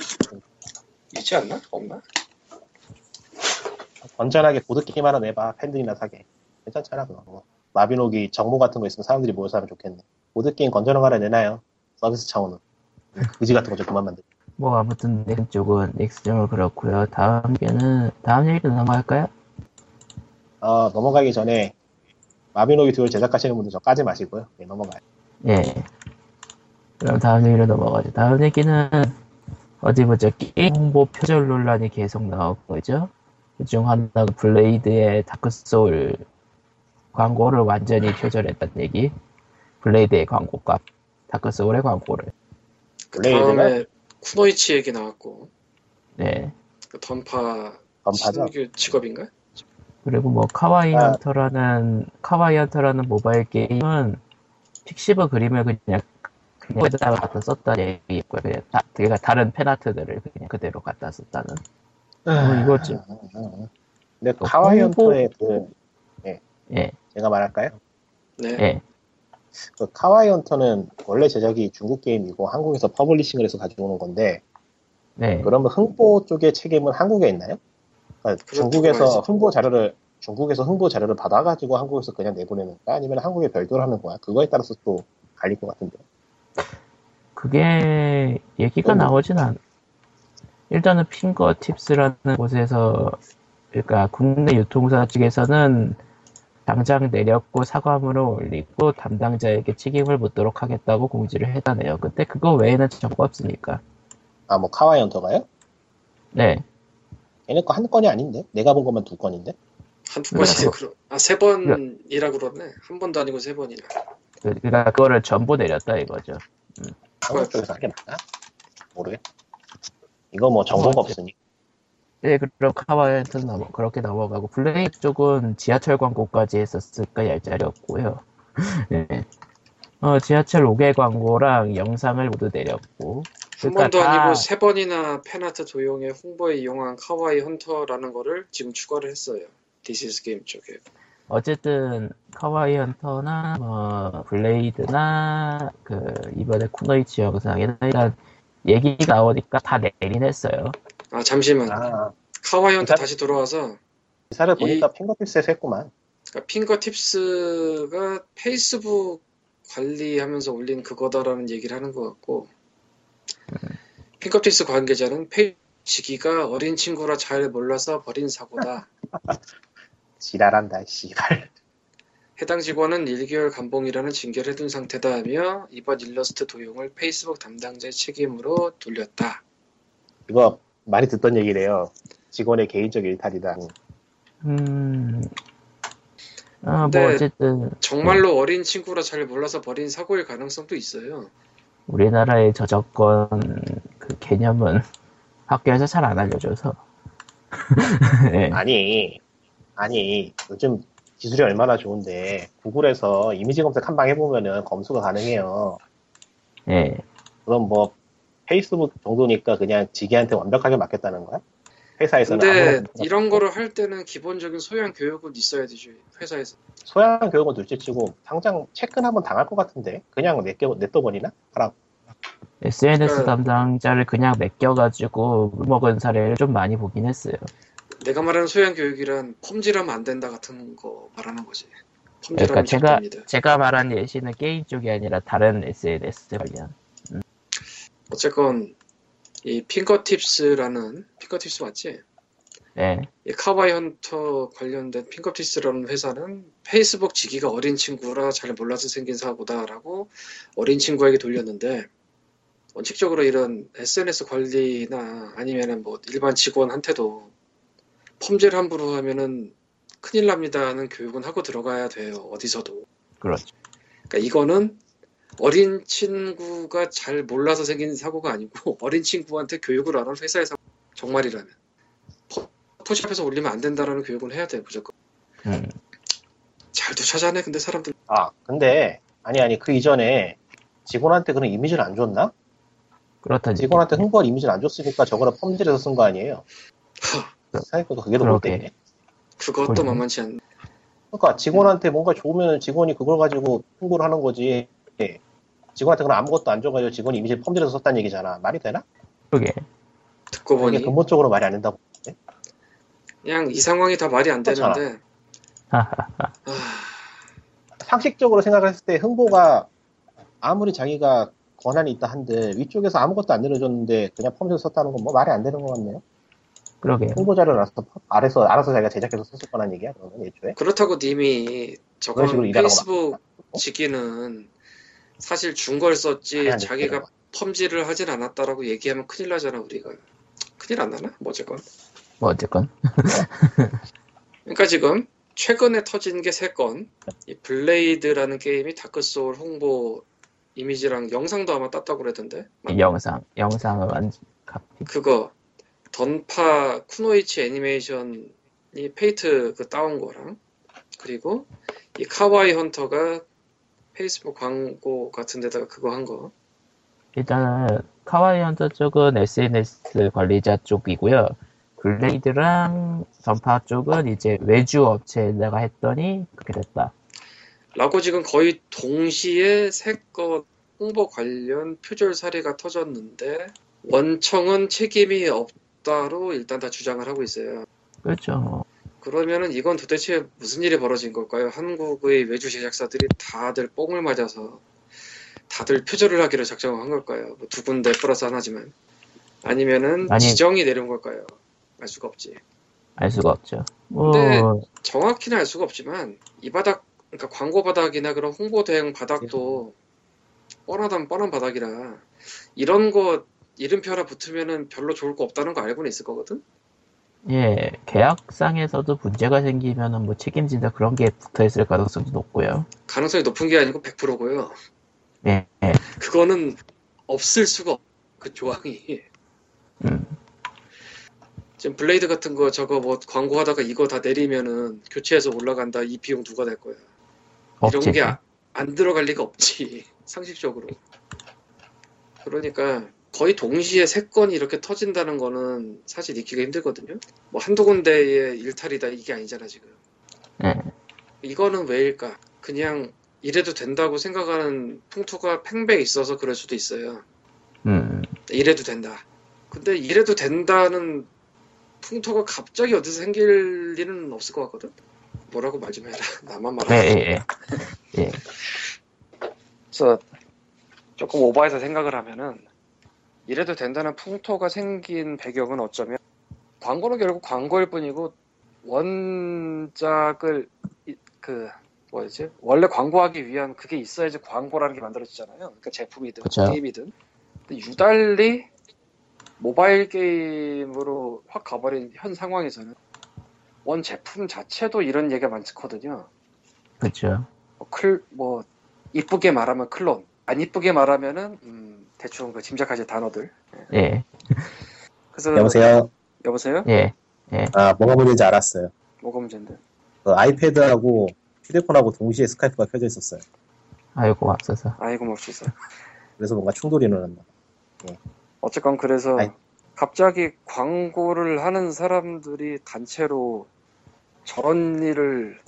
Speaker 4: 있지 않나? 없나?
Speaker 3: 건전하게 보드 게임 하나 내봐 팬들이나 사게 괜찮잖아 그거 뭐. 마비노기 정모 같은 거 있으면 사람들이 모여서 하면 좋겠네 보드 게임 건전한 거 하나 내놔요 서비스 차원으로 의지 같은 거 좀 그만 만들
Speaker 1: 뭐 아무튼 내 쪽은 엑스정을 그렇고요. 다음 얘기는 다음 얘기로 넘어갈까요?
Speaker 3: 어, 넘어가기 전에 마비노기 듀얼 제작하시는 분들 저 까지 마시고요 네, 넘어가요
Speaker 1: 예. 그럼 다음 얘기로 넘어가죠. 다음 얘기는 어디 보자. 게임 홍보 표절 논란이 계속 나오고 있죠. 그중 하나가 블레이드의 다크 소울 광고를 완전히 표절했다는 얘기. 블레이드의 광고값, 다크 소울의 광고를.
Speaker 3: 블레이드가
Speaker 4: 다음에 쿠노이치 얘기 나왔고
Speaker 1: 네.
Speaker 4: 그 던파
Speaker 3: 건파죠
Speaker 4: 신규 직업인가?
Speaker 1: 그리고 뭐 카와이
Speaker 3: 아.
Speaker 1: 헌터라는 카와이 헌터라는 모바일 게임은 픽시브 그림을 그냥 그냥 갖다 갖다 썼다 얘기했고요. 그냥 다, 그러니까 다른 팬아트들을 그냥 그대로 갖다 썼다는. 뭐 이거지.
Speaker 3: 근데 카와이언토의 그
Speaker 1: 예.
Speaker 3: 제가 말할까요?
Speaker 4: 네.
Speaker 1: 예.
Speaker 3: 그 카와이언터는 원래 제작이 중국 게임이고 한국에서 퍼블리싱을 해서 가져오는 건데
Speaker 1: 네.
Speaker 3: 그러면 흥보 쪽의 책임은 한국에 있나요? 그러니까
Speaker 4: 그렇다고
Speaker 3: 중국에서
Speaker 4: 봐야지.
Speaker 3: 흥보 자료를 중국에서 흥보 자료를 받아가지고 한국에서 그냥 내보내는가 아니면 한국에 별도로 하는 거야? 그거에 따라서 또 갈릴 것 같은데.
Speaker 1: 그게 얘기가
Speaker 3: 음.
Speaker 1: 나오진 않. 일단은 핑거 팁스라는 곳에서 그러니까 국내 유통사 측에서는 당장 내렸고 사과문을 올리고 담당자에게 책임을 묻도록 하겠다고 공지를 했다네요. 근데 그거 외에는 정보 없으니까.
Speaker 3: 아 뭐 카와이언터가요?
Speaker 1: 네.
Speaker 3: 얘네 거 한 건이 아닌데 내가 본 것만 두 건인데.
Speaker 4: 한두
Speaker 3: 네.
Speaker 4: 번씩
Speaker 1: 그래.
Speaker 4: 그러... 아세 번이라 그러네. 한 번도 아니고 세 번이나.
Speaker 1: 그- 그러니까 그거를 전부 내렸다 이거죠.
Speaker 3: 한국 쪽에서 한 게 맞나? 모르겠다. 이거 뭐 정보가 없으니.
Speaker 1: 네, 그럼 카와이한테는 넘어- 그렇게 넘어가고 블레이 쪽은 지하철 광고까지 했었을까 얄짤이 없고요. 네. 어, 지하철 5개 광고랑 영상을 모두 내렸고
Speaker 4: 한
Speaker 1: 그러니까
Speaker 4: 번도
Speaker 1: 다-
Speaker 4: 아니고 세 번이나 팬아트 도용의 홍보에 이용한 카와이 헌터라는 거를 지금 추가를 했어요. 디시스 게임 쪽에.
Speaker 1: 어쨌든 카와이 헌터나 뭐 블레이드나 그 이번에 쿠노이치 영상이나 일단 얘기가 나오니까 다 내린 했어요.
Speaker 4: 아 잠시만.
Speaker 3: 아
Speaker 4: 카와이 헌터
Speaker 3: 일단-
Speaker 4: 다시 돌아와서
Speaker 3: 기사를 보니까 핑거티스에서 했구만.
Speaker 4: 그러니까 핑거팁스가 페이스북 관리하면서 올린 그거다라는 얘기를 하는 것 같고
Speaker 3: 네.
Speaker 4: 핑거팁스 관계자는 페이 지기가 어린 친구라 잘 몰라서 벌인 사고다.
Speaker 3: 지랄한다 씨발.
Speaker 4: 해당 직원은 1개월 감봉이라는 징계를 해둔 상태다며 이번 일러스트 도용을 페이스북 담당자의 책임으로 돌렸다.
Speaker 3: 이거 많이 듣던 얘기래요. 직원의 개인적 일탈이다.
Speaker 1: 음, 아, 뭐
Speaker 4: 근데-
Speaker 1: 어쨌든
Speaker 3: 네.
Speaker 4: 정말로 어린 친구라 잘 몰라서 벌인 사고일 가능성도 있어요.
Speaker 1: 우리나라의 저작권 그 개념은 학교에서 잘 안 알려줘서 예.
Speaker 3: 아니, 아니, 요즘 기술이 얼마나 좋은데, 구글에서 이미지 검색 한 방 해보면은 검수가 가능해요.
Speaker 1: 예.
Speaker 3: 그건 뭐, 페이스북 정도니까 그냥 지기한테 완벽하게 맡겼다는 거야? 회사에서는.
Speaker 4: 근데
Speaker 3: 아무나 그냥
Speaker 4: 이런 거를 할 때는 기본적인 소양 교육은 있어야 되죠. 회사에서.
Speaker 3: 소양 교육은 둘째 치고, 당장 체크는 한번 당할 것 같은데, 그냥 내, 냅둬버리나? 하라.
Speaker 1: SNS
Speaker 4: 그러니까-
Speaker 1: 담당자를 그냥 맡겨가지고 먹은 사례를 좀 많이 보긴 했어요.
Speaker 4: 내가 말하는 소양 교육이란 펌질하면 안 된다 같은 거 말하는 거지.
Speaker 1: 그러니까
Speaker 4: 펌질하면
Speaker 1: 제가-
Speaker 4: 잘됩니다
Speaker 1: 제가 말한 예시는 게임 쪽이 아니라 다른 SNS 관련.
Speaker 4: 어쨌건 이 핑거팁스라는 핑거팁스 맞지?
Speaker 1: 예.
Speaker 4: 이 카와이 헌터 관련된 핑거티스라는 회사는 페이스북 지기가 어린 친구라 잘 몰라서 생긴 사고다라고 어린 친구에게 돌렸는데 원칙적으로 이런 SNS 관리나 아니면은 뭐 일반 직원한테도 펌질 함부로 하면은 큰일 납니다는 교육은 하고 들어가야 돼요 어디서도
Speaker 1: 그렇죠.
Speaker 4: 그러니까 이거는 어린 친구가 잘 몰라서 생긴 사고가 아니고 어린 친구한테 교육을 안 한 회사에서 정말이라면 포- 포토샵에서 올리면 안 된다라는 교육은 해야 돼 무조건
Speaker 1: 음.
Speaker 4: 잘도 찾아내 근데 사람들
Speaker 3: 아, 근데, 아니, 아니, 그 이전에 직원한테 그런 이미지를 안 줬나?
Speaker 1: 그렇다니.
Speaker 3: 직원한테 흥부할 이미지를 안 줬으니까 저거를 펌질해서 쓴 거 아니에요? 생각보다 그게 더
Speaker 1: 그러게.
Speaker 3: 못되네.
Speaker 4: 그것도
Speaker 1: 그러네.
Speaker 4: 만만치 않네.
Speaker 3: 그러니까 직원한테 뭔가 좋으면 직원이 그걸 가지고 홍보를 하는 거지. 예. 직원한테 그럼 아무것도 안 줘가지고 직원이 이미지 펌들여서 썼다는 얘기잖아. 말이 되나?
Speaker 1: 그게
Speaker 4: 듣고
Speaker 3: 이게
Speaker 4: 보니
Speaker 3: 근본적으로 말이 안 된다고.
Speaker 4: 그냥 이 상황이 다 말이 안
Speaker 3: 그렇잖아.
Speaker 4: 되는데 아,
Speaker 3: 상식적으로 생각했을 때 흥보가 아무리 자기가 권한이 있다 한들 위쪽에서 아무것도 안 내려줬는데 그냥 펌들여서 썼다는 건 뭐 말이 안 되는 것 같네요.
Speaker 1: 그러게요.
Speaker 3: 홍보자를 알아서, 아래서, 알아서 자기가 제작해서 썼을 거란 얘기야. 그러면 애초에.
Speaker 4: 그렇다고 님이
Speaker 3: 그런 식으로 어?
Speaker 4: 저건
Speaker 3: 일하라고
Speaker 4: 페이스북
Speaker 3: 막-
Speaker 4: 지기는 사실 준 걸
Speaker 3: 말이
Speaker 4: 썼지
Speaker 3: 안 되는
Speaker 4: 예, 자기가
Speaker 3: 거야.
Speaker 4: 펌질을 하진 않았다라고 얘기하면 큰일 나잖아 우리가 큰일 안 나나? 뭐 어쨌건
Speaker 1: 뭐 어쨌건
Speaker 4: 그러니까 지금 최근에 터진 게 세 건, 이 블레이드라는 게임이 다크 소울 홍보 이미지랑 영상도 아마 땄다고 그랬던데. 맞-
Speaker 1: 영상 영상을 완 카피
Speaker 4: 그거 던파 쿠노이치 애니메이션이 페이트 그 따온 거랑 그리고 이 카와이 헌터가 페이스북 광고 같은 데다가 그거 한 거.
Speaker 1: 일단은 카와이 헌터 쪽은 SNS 관리자 쪽이고요. 블레이드랑 전파 쪽은 이제 외주 업체에다가 했더니 그렇게 됐다.
Speaker 4: 라고 지금 거의 동시에 세건 홍보 관련 표절 사례가 터졌는데 원청은 책임이 없다로 일단 다 주장을 하고 있어요.
Speaker 1: 그렇죠. 뭐.
Speaker 4: 그러면은 이건 도대체 무슨 일이 벌어진 걸까요? 한국의 외주 제작사들이 다들 뽕을 맞아서 다들 표절을 하기로 작정한 걸까요? 뭐두 군데 플러스 하나지만 아니면은
Speaker 1: 아니-
Speaker 4: 지정이 내려온 걸까요? 알 수가 없지.
Speaker 1: 알 수가 없죠. 뭐
Speaker 4: 근데- 정확히는 알 수가 없지만 이 바닥 그러니까 광고 바닥이나 그런 홍보 대행 바닥도 뻔하다면 뻔한 바닥이라 이런 거 이름표 하나 붙으면은 별로 좋을 거 없다는 거 알고는 있을 거거든.
Speaker 1: 예 계약상에서도 문제가 생기면은 뭐 책임진다 그런 게 붙어 있을 가능성도 높고요.
Speaker 4: 가능성이 높은 게 아니고 100%고요.
Speaker 1: 예, 예.
Speaker 4: 그거는 없을 수가 없, 그 조항이.
Speaker 1: 음.
Speaker 4: 지금 블레이드 같은 거 저거 뭐 광고하다가 이거 다 내리면은 교체해서 올라간다 이 비용 누가 낼 거야.
Speaker 1: 없지.
Speaker 4: 이런 게 아- 안 들어갈 리가 없지. 상식적으로. 그러니까 거의 동시에 세 건이 이렇게 터진다는 거는 사실 익히기 힘들거든요. 뭐 한두 군데의 일탈이다 이게 아니잖아 지금.
Speaker 1: 예.
Speaker 4: 이거는 왜일까? 그냥 이래도 된다고 생각하는 풍토가 팽배에 있어서 그럴 수도 있어요.
Speaker 1: 음.
Speaker 4: 이래도 된다. 근데 이래도 된다는 풍토가 갑자기 어디서 생길 일은 없을 것 같거든. 뭐라고 말 좀 해라. 나만
Speaker 1: 예,
Speaker 4: 말하라.
Speaker 1: 예, 예. 예.
Speaker 5: 그래서 조금 오버해서 생각을 하면은 이래도 된다는 풍토가 생긴 배경은 어쩌면 광고는 결국 광고일 뿐이고 원작을 이- 그 뭐였지 원래 광고하기 위한 그게 있어야지 광고라는 게 만들어지잖아요. 그러니까 제품이든
Speaker 1: 그쵸.
Speaker 5: 게임이든 근데 유달리 모바일 게임으로 확 가버린 현 상황에서는 원 제품 자체도 이런 얘기가 많거든요.
Speaker 1: 그렇죠.
Speaker 5: 뭐 클, 뭐, 이쁘게 말하면 클론, 안 이쁘게 말하면은, 음, 대충 그 짐작하실 단어들.
Speaker 1: 예,
Speaker 5: 그래서,
Speaker 6: 여보세요.
Speaker 5: 여보세요?
Speaker 1: 예.
Speaker 6: 아 뭐가 문제인지 알았어요.
Speaker 5: 뭐가 문제인데?
Speaker 6: 그 아이패드하고 휴대폰하고 동시에 스카이프가 켜져 있었어요.
Speaker 1: 아이고 앞서서.
Speaker 5: 아이고, 맙소사.
Speaker 6: 그래서 뭔가 충돌이 일어났나.
Speaker 5: 어쨌건 그래서,
Speaker 6: 아이.
Speaker 5: 갑자기 광고를 하는 사람들이 단체로 저런 일을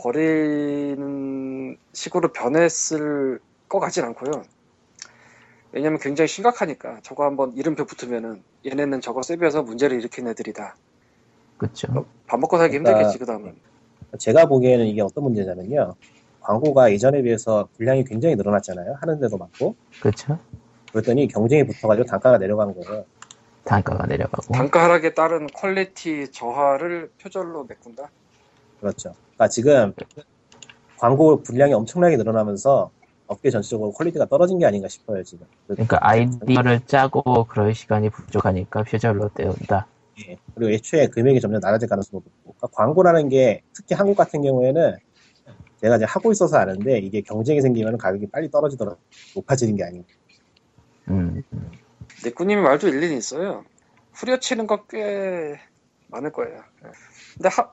Speaker 5: 벌이는 식으로 변했을 것 같진 않고요. 왜냐면 굉장히 심각하니까, 저거 한번 이름표 붙으면은, 얘네는 저거 세비해서 문제를 일으킨 애들이다.
Speaker 1: 그렇죠.
Speaker 5: 밥 먹고 살기
Speaker 6: 그러니까-
Speaker 5: 힘들겠지, 그 다음은.
Speaker 6: 제가 보기에는 이게 어떤 문제냐면요. 광고가 예전에 비해서 분량이 굉장히 늘어났잖아요. 하는 데도 많고.
Speaker 1: 그렇죠.
Speaker 6: 그랬더니 경쟁이 붙어가지고 단가가 내려간 거예요.
Speaker 1: 단가가 내려가고.
Speaker 5: 단가 하락에 따른 퀄리티 저하를 표절로 메꾼다?
Speaker 6: 그렇죠. 그러니까 지금 광고 분량이 엄청나게 늘어나면서 업계 전체적으로 퀄리티가 떨어진 게 아닌가 싶어요, 지금. 그-
Speaker 1: 그러니까 아이디어를 짜고 그럴 시간이 부족하니까 표절로 때운다.
Speaker 6: 예. 그리고 애초에 금액이 점점 낮아질 가능성도 높고 그러니까 광고라는 게 특히 한국 같은 경우에는 제가 이제 하고 있어서 아는데 이게 경쟁이 생기면 가격이 빨리 떨어지더라고 높아지는 게 아니고
Speaker 1: 음.
Speaker 5: 네꾸님이 말도 일리는 있어요. 후려치는 건 꽤 많을 거예요. 네. 근데 하,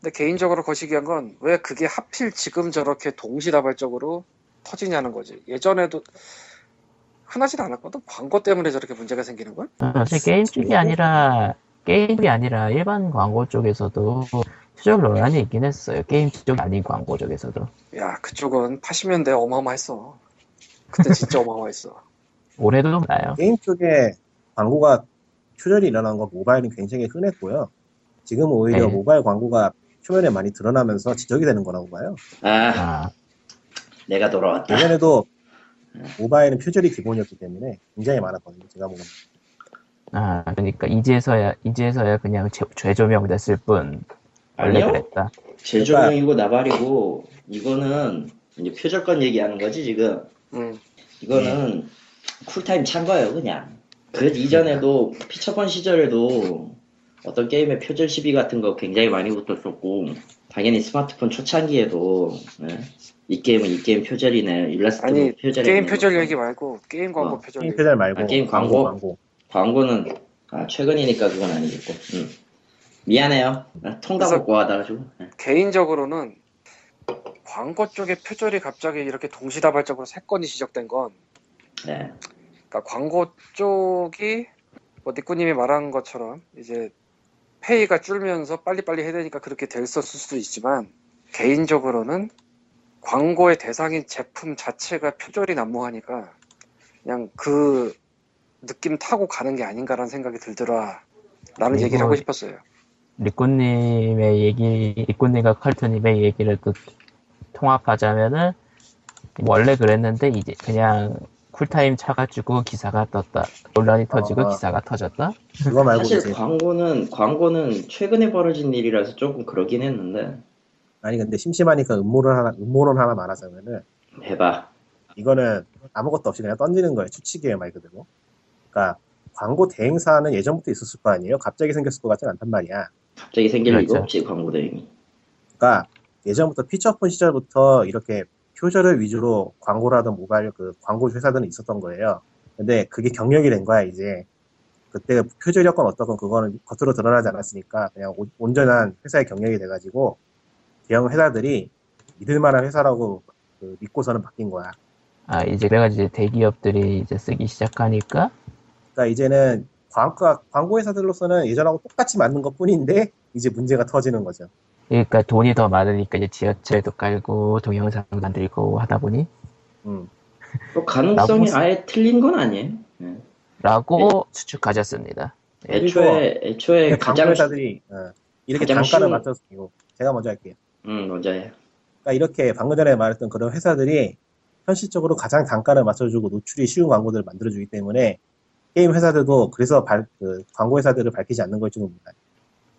Speaker 5: 근데 개인적으로 거시기한 건 왜 그게 하필 지금 저렇게 동시다발적으로 터지냐는 거지. 예전에도 흔하진 않았거든. 광고 때문에 저렇게 문제가 생기는 건?
Speaker 1: 사실 게임 쪽이 아니라 게임이 아니라 일반 광고 쪽에서도 추적 논란이 있긴 했어요. 게임 쪽 아닌 광고 쪽에서도.
Speaker 4: 야 그쪽은 80년대 어마어마했어. 그때 진짜 어마어마했어.
Speaker 1: 올해도 나요.
Speaker 3: 게임 쪽에 광고가 초절이 일어난 건 모바일은 굉장히 흔했고요. 지금 은
Speaker 1: 네.
Speaker 3: 오히려 모바일 광고가 표면에 많이 드러나면서 지적이 되는 거라고 봐요.
Speaker 2: 아,
Speaker 1: 아,
Speaker 2: 내가 돌아왔다.
Speaker 3: 예전에도 모바일은 표절이 기본이었기 때문에 굉장히 많았거든요. 제가 보면
Speaker 1: 아, 그러니까 이제서야, 이제서야 그냥 죄- 죄조명 됐을 뿐. 원래
Speaker 2: 아니요?
Speaker 1: 그랬다.
Speaker 2: 제조명이고 나발이고 이거는 이제 표절권 얘기하는 거지 지금.
Speaker 4: 음.
Speaker 2: 이거는
Speaker 4: 예.
Speaker 2: 쿨타임 찬 거예요 그냥. 그 이전에도 피처권 시절에도 어떤 게임의 표절 시비 같은 거 굉장히 많이 붙었었고 당연히 스마트폰 초창기에도 예, 이 게임은 이 게임 표절이네 일라스트
Speaker 4: 아니,
Speaker 2: 표절이
Speaker 4: 게임 표절 얘기 말고 게임 광고
Speaker 2: 음. 어,
Speaker 4: 표절.
Speaker 3: 게임
Speaker 4: 얘기.
Speaker 3: 표절 말고
Speaker 2: 아, 게임 광고?
Speaker 3: 광고.
Speaker 2: 광고는 아, 최근이니까 그건 아니겠고 음. 미안해요 아, 통과
Speaker 4: 그래서-
Speaker 2: 먹고 하다가지고 예.
Speaker 4: 개인적으로는 광고 쪽의 표절이 갑자기 이렇게 동시다발적으로 세 건이 지적된 건
Speaker 2: 네.
Speaker 4: 그러니까 광고 쪽이 뭐 니꾸님이 말한 것처럼 이제 페이가 줄면서 빨리빨리 해야 되니까 그렇게 됐었을 수도 있지만 개인적으로는 광고의 대상인 제품 자체가 표절이 난무하니까 그냥 그 느낌 타고 가는 게 아닌가라는 생각이 들더라 라는 얘기를
Speaker 1: 이거-
Speaker 4: 하고 싶었어요
Speaker 1: 리꾸님의 얘기, 리꾸님과 컬트님의 얘기를 또 통합하자면은 원래 그랬는데 이제 그냥 쿨타임 차가지고 기사가 떴다. 논란이 터지고
Speaker 3: 아.
Speaker 1: 기사가 터졌다.
Speaker 3: 그거 말고
Speaker 2: 사실
Speaker 3: 이제
Speaker 2: 광고는 광고는 최근에 벌어진 일이라서 조금 그러긴 했는데
Speaker 3: 아니 근데 심심하니까 음모론 하나 음모론 하나 말하자면은
Speaker 2: 해봐
Speaker 3: 이거는 아무것도 없이 그냥 던지는 거예요. 추측이에요, 말 그대로. 그러니까 광고 대행사는 예전부터 있었을 거 아니에요? 갑자기 생겼을 것 같진 않단 말이야.
Speaker 2: 갑자기 생길
Speaker 4: 네,
Speaker 2: 리가
Speaker 1: 그렇죠.
Speaker 2: 없지 광고 대행이
Speaker 3: 그러니까 예전부터 피처폰 시절부터 이렇게 표절을 위주로 광고를 하던 모바일 그 광고 회사들은 있었던 거예요. 근데 그게 경력이 된 거야, 이제. 그때 표절이었건 어떻건 그거는 겉으로 드러나지 않았으니까 그냥 온- 온전한 회사의 경력이 돼가지고 대형 회사들이 믿을 만한 회사라고 그 믿고서는 바뀐 거야.
Speaker 1: 아 이제 그래가지고 이제 대기업들이 이제 쓰기 시작하니까
Speaker 3: 그러니까 이제는 광고, 그러니까 광고 회사들로서는 예전하고 똑같이 만든 것 뿐인데 이제 문제가 터지는 거죠.
Speaker 1: 그러니까 돈이 더 많으니까 이제 지하철도 깔고 동영상도 만들고 하다 보니
Speaker 3: 음.
Speaker 2: 또뭐 가능성이
Speaker 1: 나보스-
Speaker 2: 아예 틀린 건 아아니에요. 예.
Speaker 1: 라고 추측하셨습니다.
Speaker 2: 애초에 애초에
Speaker 3: 광고
Speaker 2: 네, 가장
Speaker 3: 회사들이 어, 이렇게
Speaker 2: 가장
Speaker 3: 단가를
Speaker 2: 쉬운-
Speaker 3: 맞춰서 이거 제가 먼저 할게요.
Speaker 2: 음 먼저 해.
Speaker 3: 그러니까 이렇게 방금 전에 말했던 그런 회사들이 현실적으로 가장 단가를 맞춰주고 노출이 쉬운 광고들을 만들어주기 때문에 게임 회사들도 그래서 발- 그 광고 회사들을 밝히지 않는 걸지 봅니다.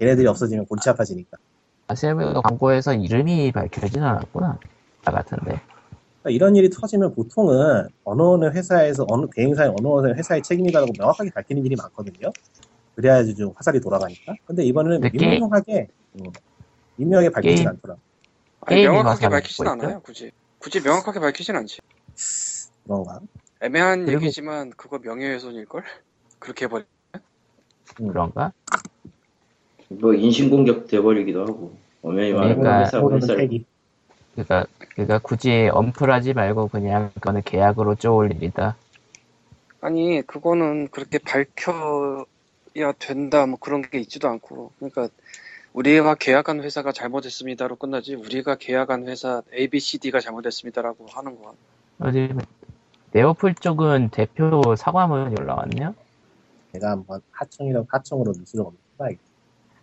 Speaker 3: 얘네들이 없어지면 골치 아파지니까.
Speaker 1: 아세미가 광고에서 이름이 밝혀지진 않았구나. 나 같은데.
Speaker 3: 그러니까 이런 일이 터지면 보통은 어느 어느 회사에서 어느 대행사의 어느 어느 회사의 책임이다라고 명확하게 밝히는 일이 많거든요. 그래야지 좀 화살이 돌아가니까. 근데 이번에는
Speaker 1: 근데 게-
Speaker 3: 미묘하게 음, 미묘하게 밝히진
Speaker 1: 게임-
Speaker 3: 않더라.
Speaker 4: 아니
Speaker 1: 게임이
Speaker 4: 명확하게
Speaker 1: 화살을
Speaker 4: 밝히진
Speaker 1: 입고 있죠?
Speaker 4: 않아요 굳이 굳이 명확하게 밝히진 않지
Speaker 3: 그런가?
Speaker 4: 애매한
Speaker 1: 그리고-
Speaker 4: 얘기지만 그거 명예훼손일걸? 그렇게 해버려
Speaker 1: 그런가?
Speaker 2: 뭐 인신공격 돼버리기도 하고 엄연히 말하면
Speaker 1: 그러니까
Speaker 2: 회사
Speaker 3: 모르는
Speaker 2: 회사를
Speaker 3: 팩이.
Speaker 1: 그러니까 그러니까 굳이 엄플하지 말고 그냥 그거는 계약으로 쪼올 일이다.
Speaker 4: 아니 그거는 그렇게 밝혀야 된다 뭐 그런 게 있지도 않고 그러니까 우리가 계약한 회사가 잘못했습니다로 끝나지 우리가 계약한 회사 A, B, C, D가 잘못했습니다라고 하는 거
Speaker 1: 어디 네오플 쪽은 대표 사과문이 올라왔네요.
Speaker 3: 내가 한번 하청이랑 하청으로 뉴스를 한번 해봐야겠다.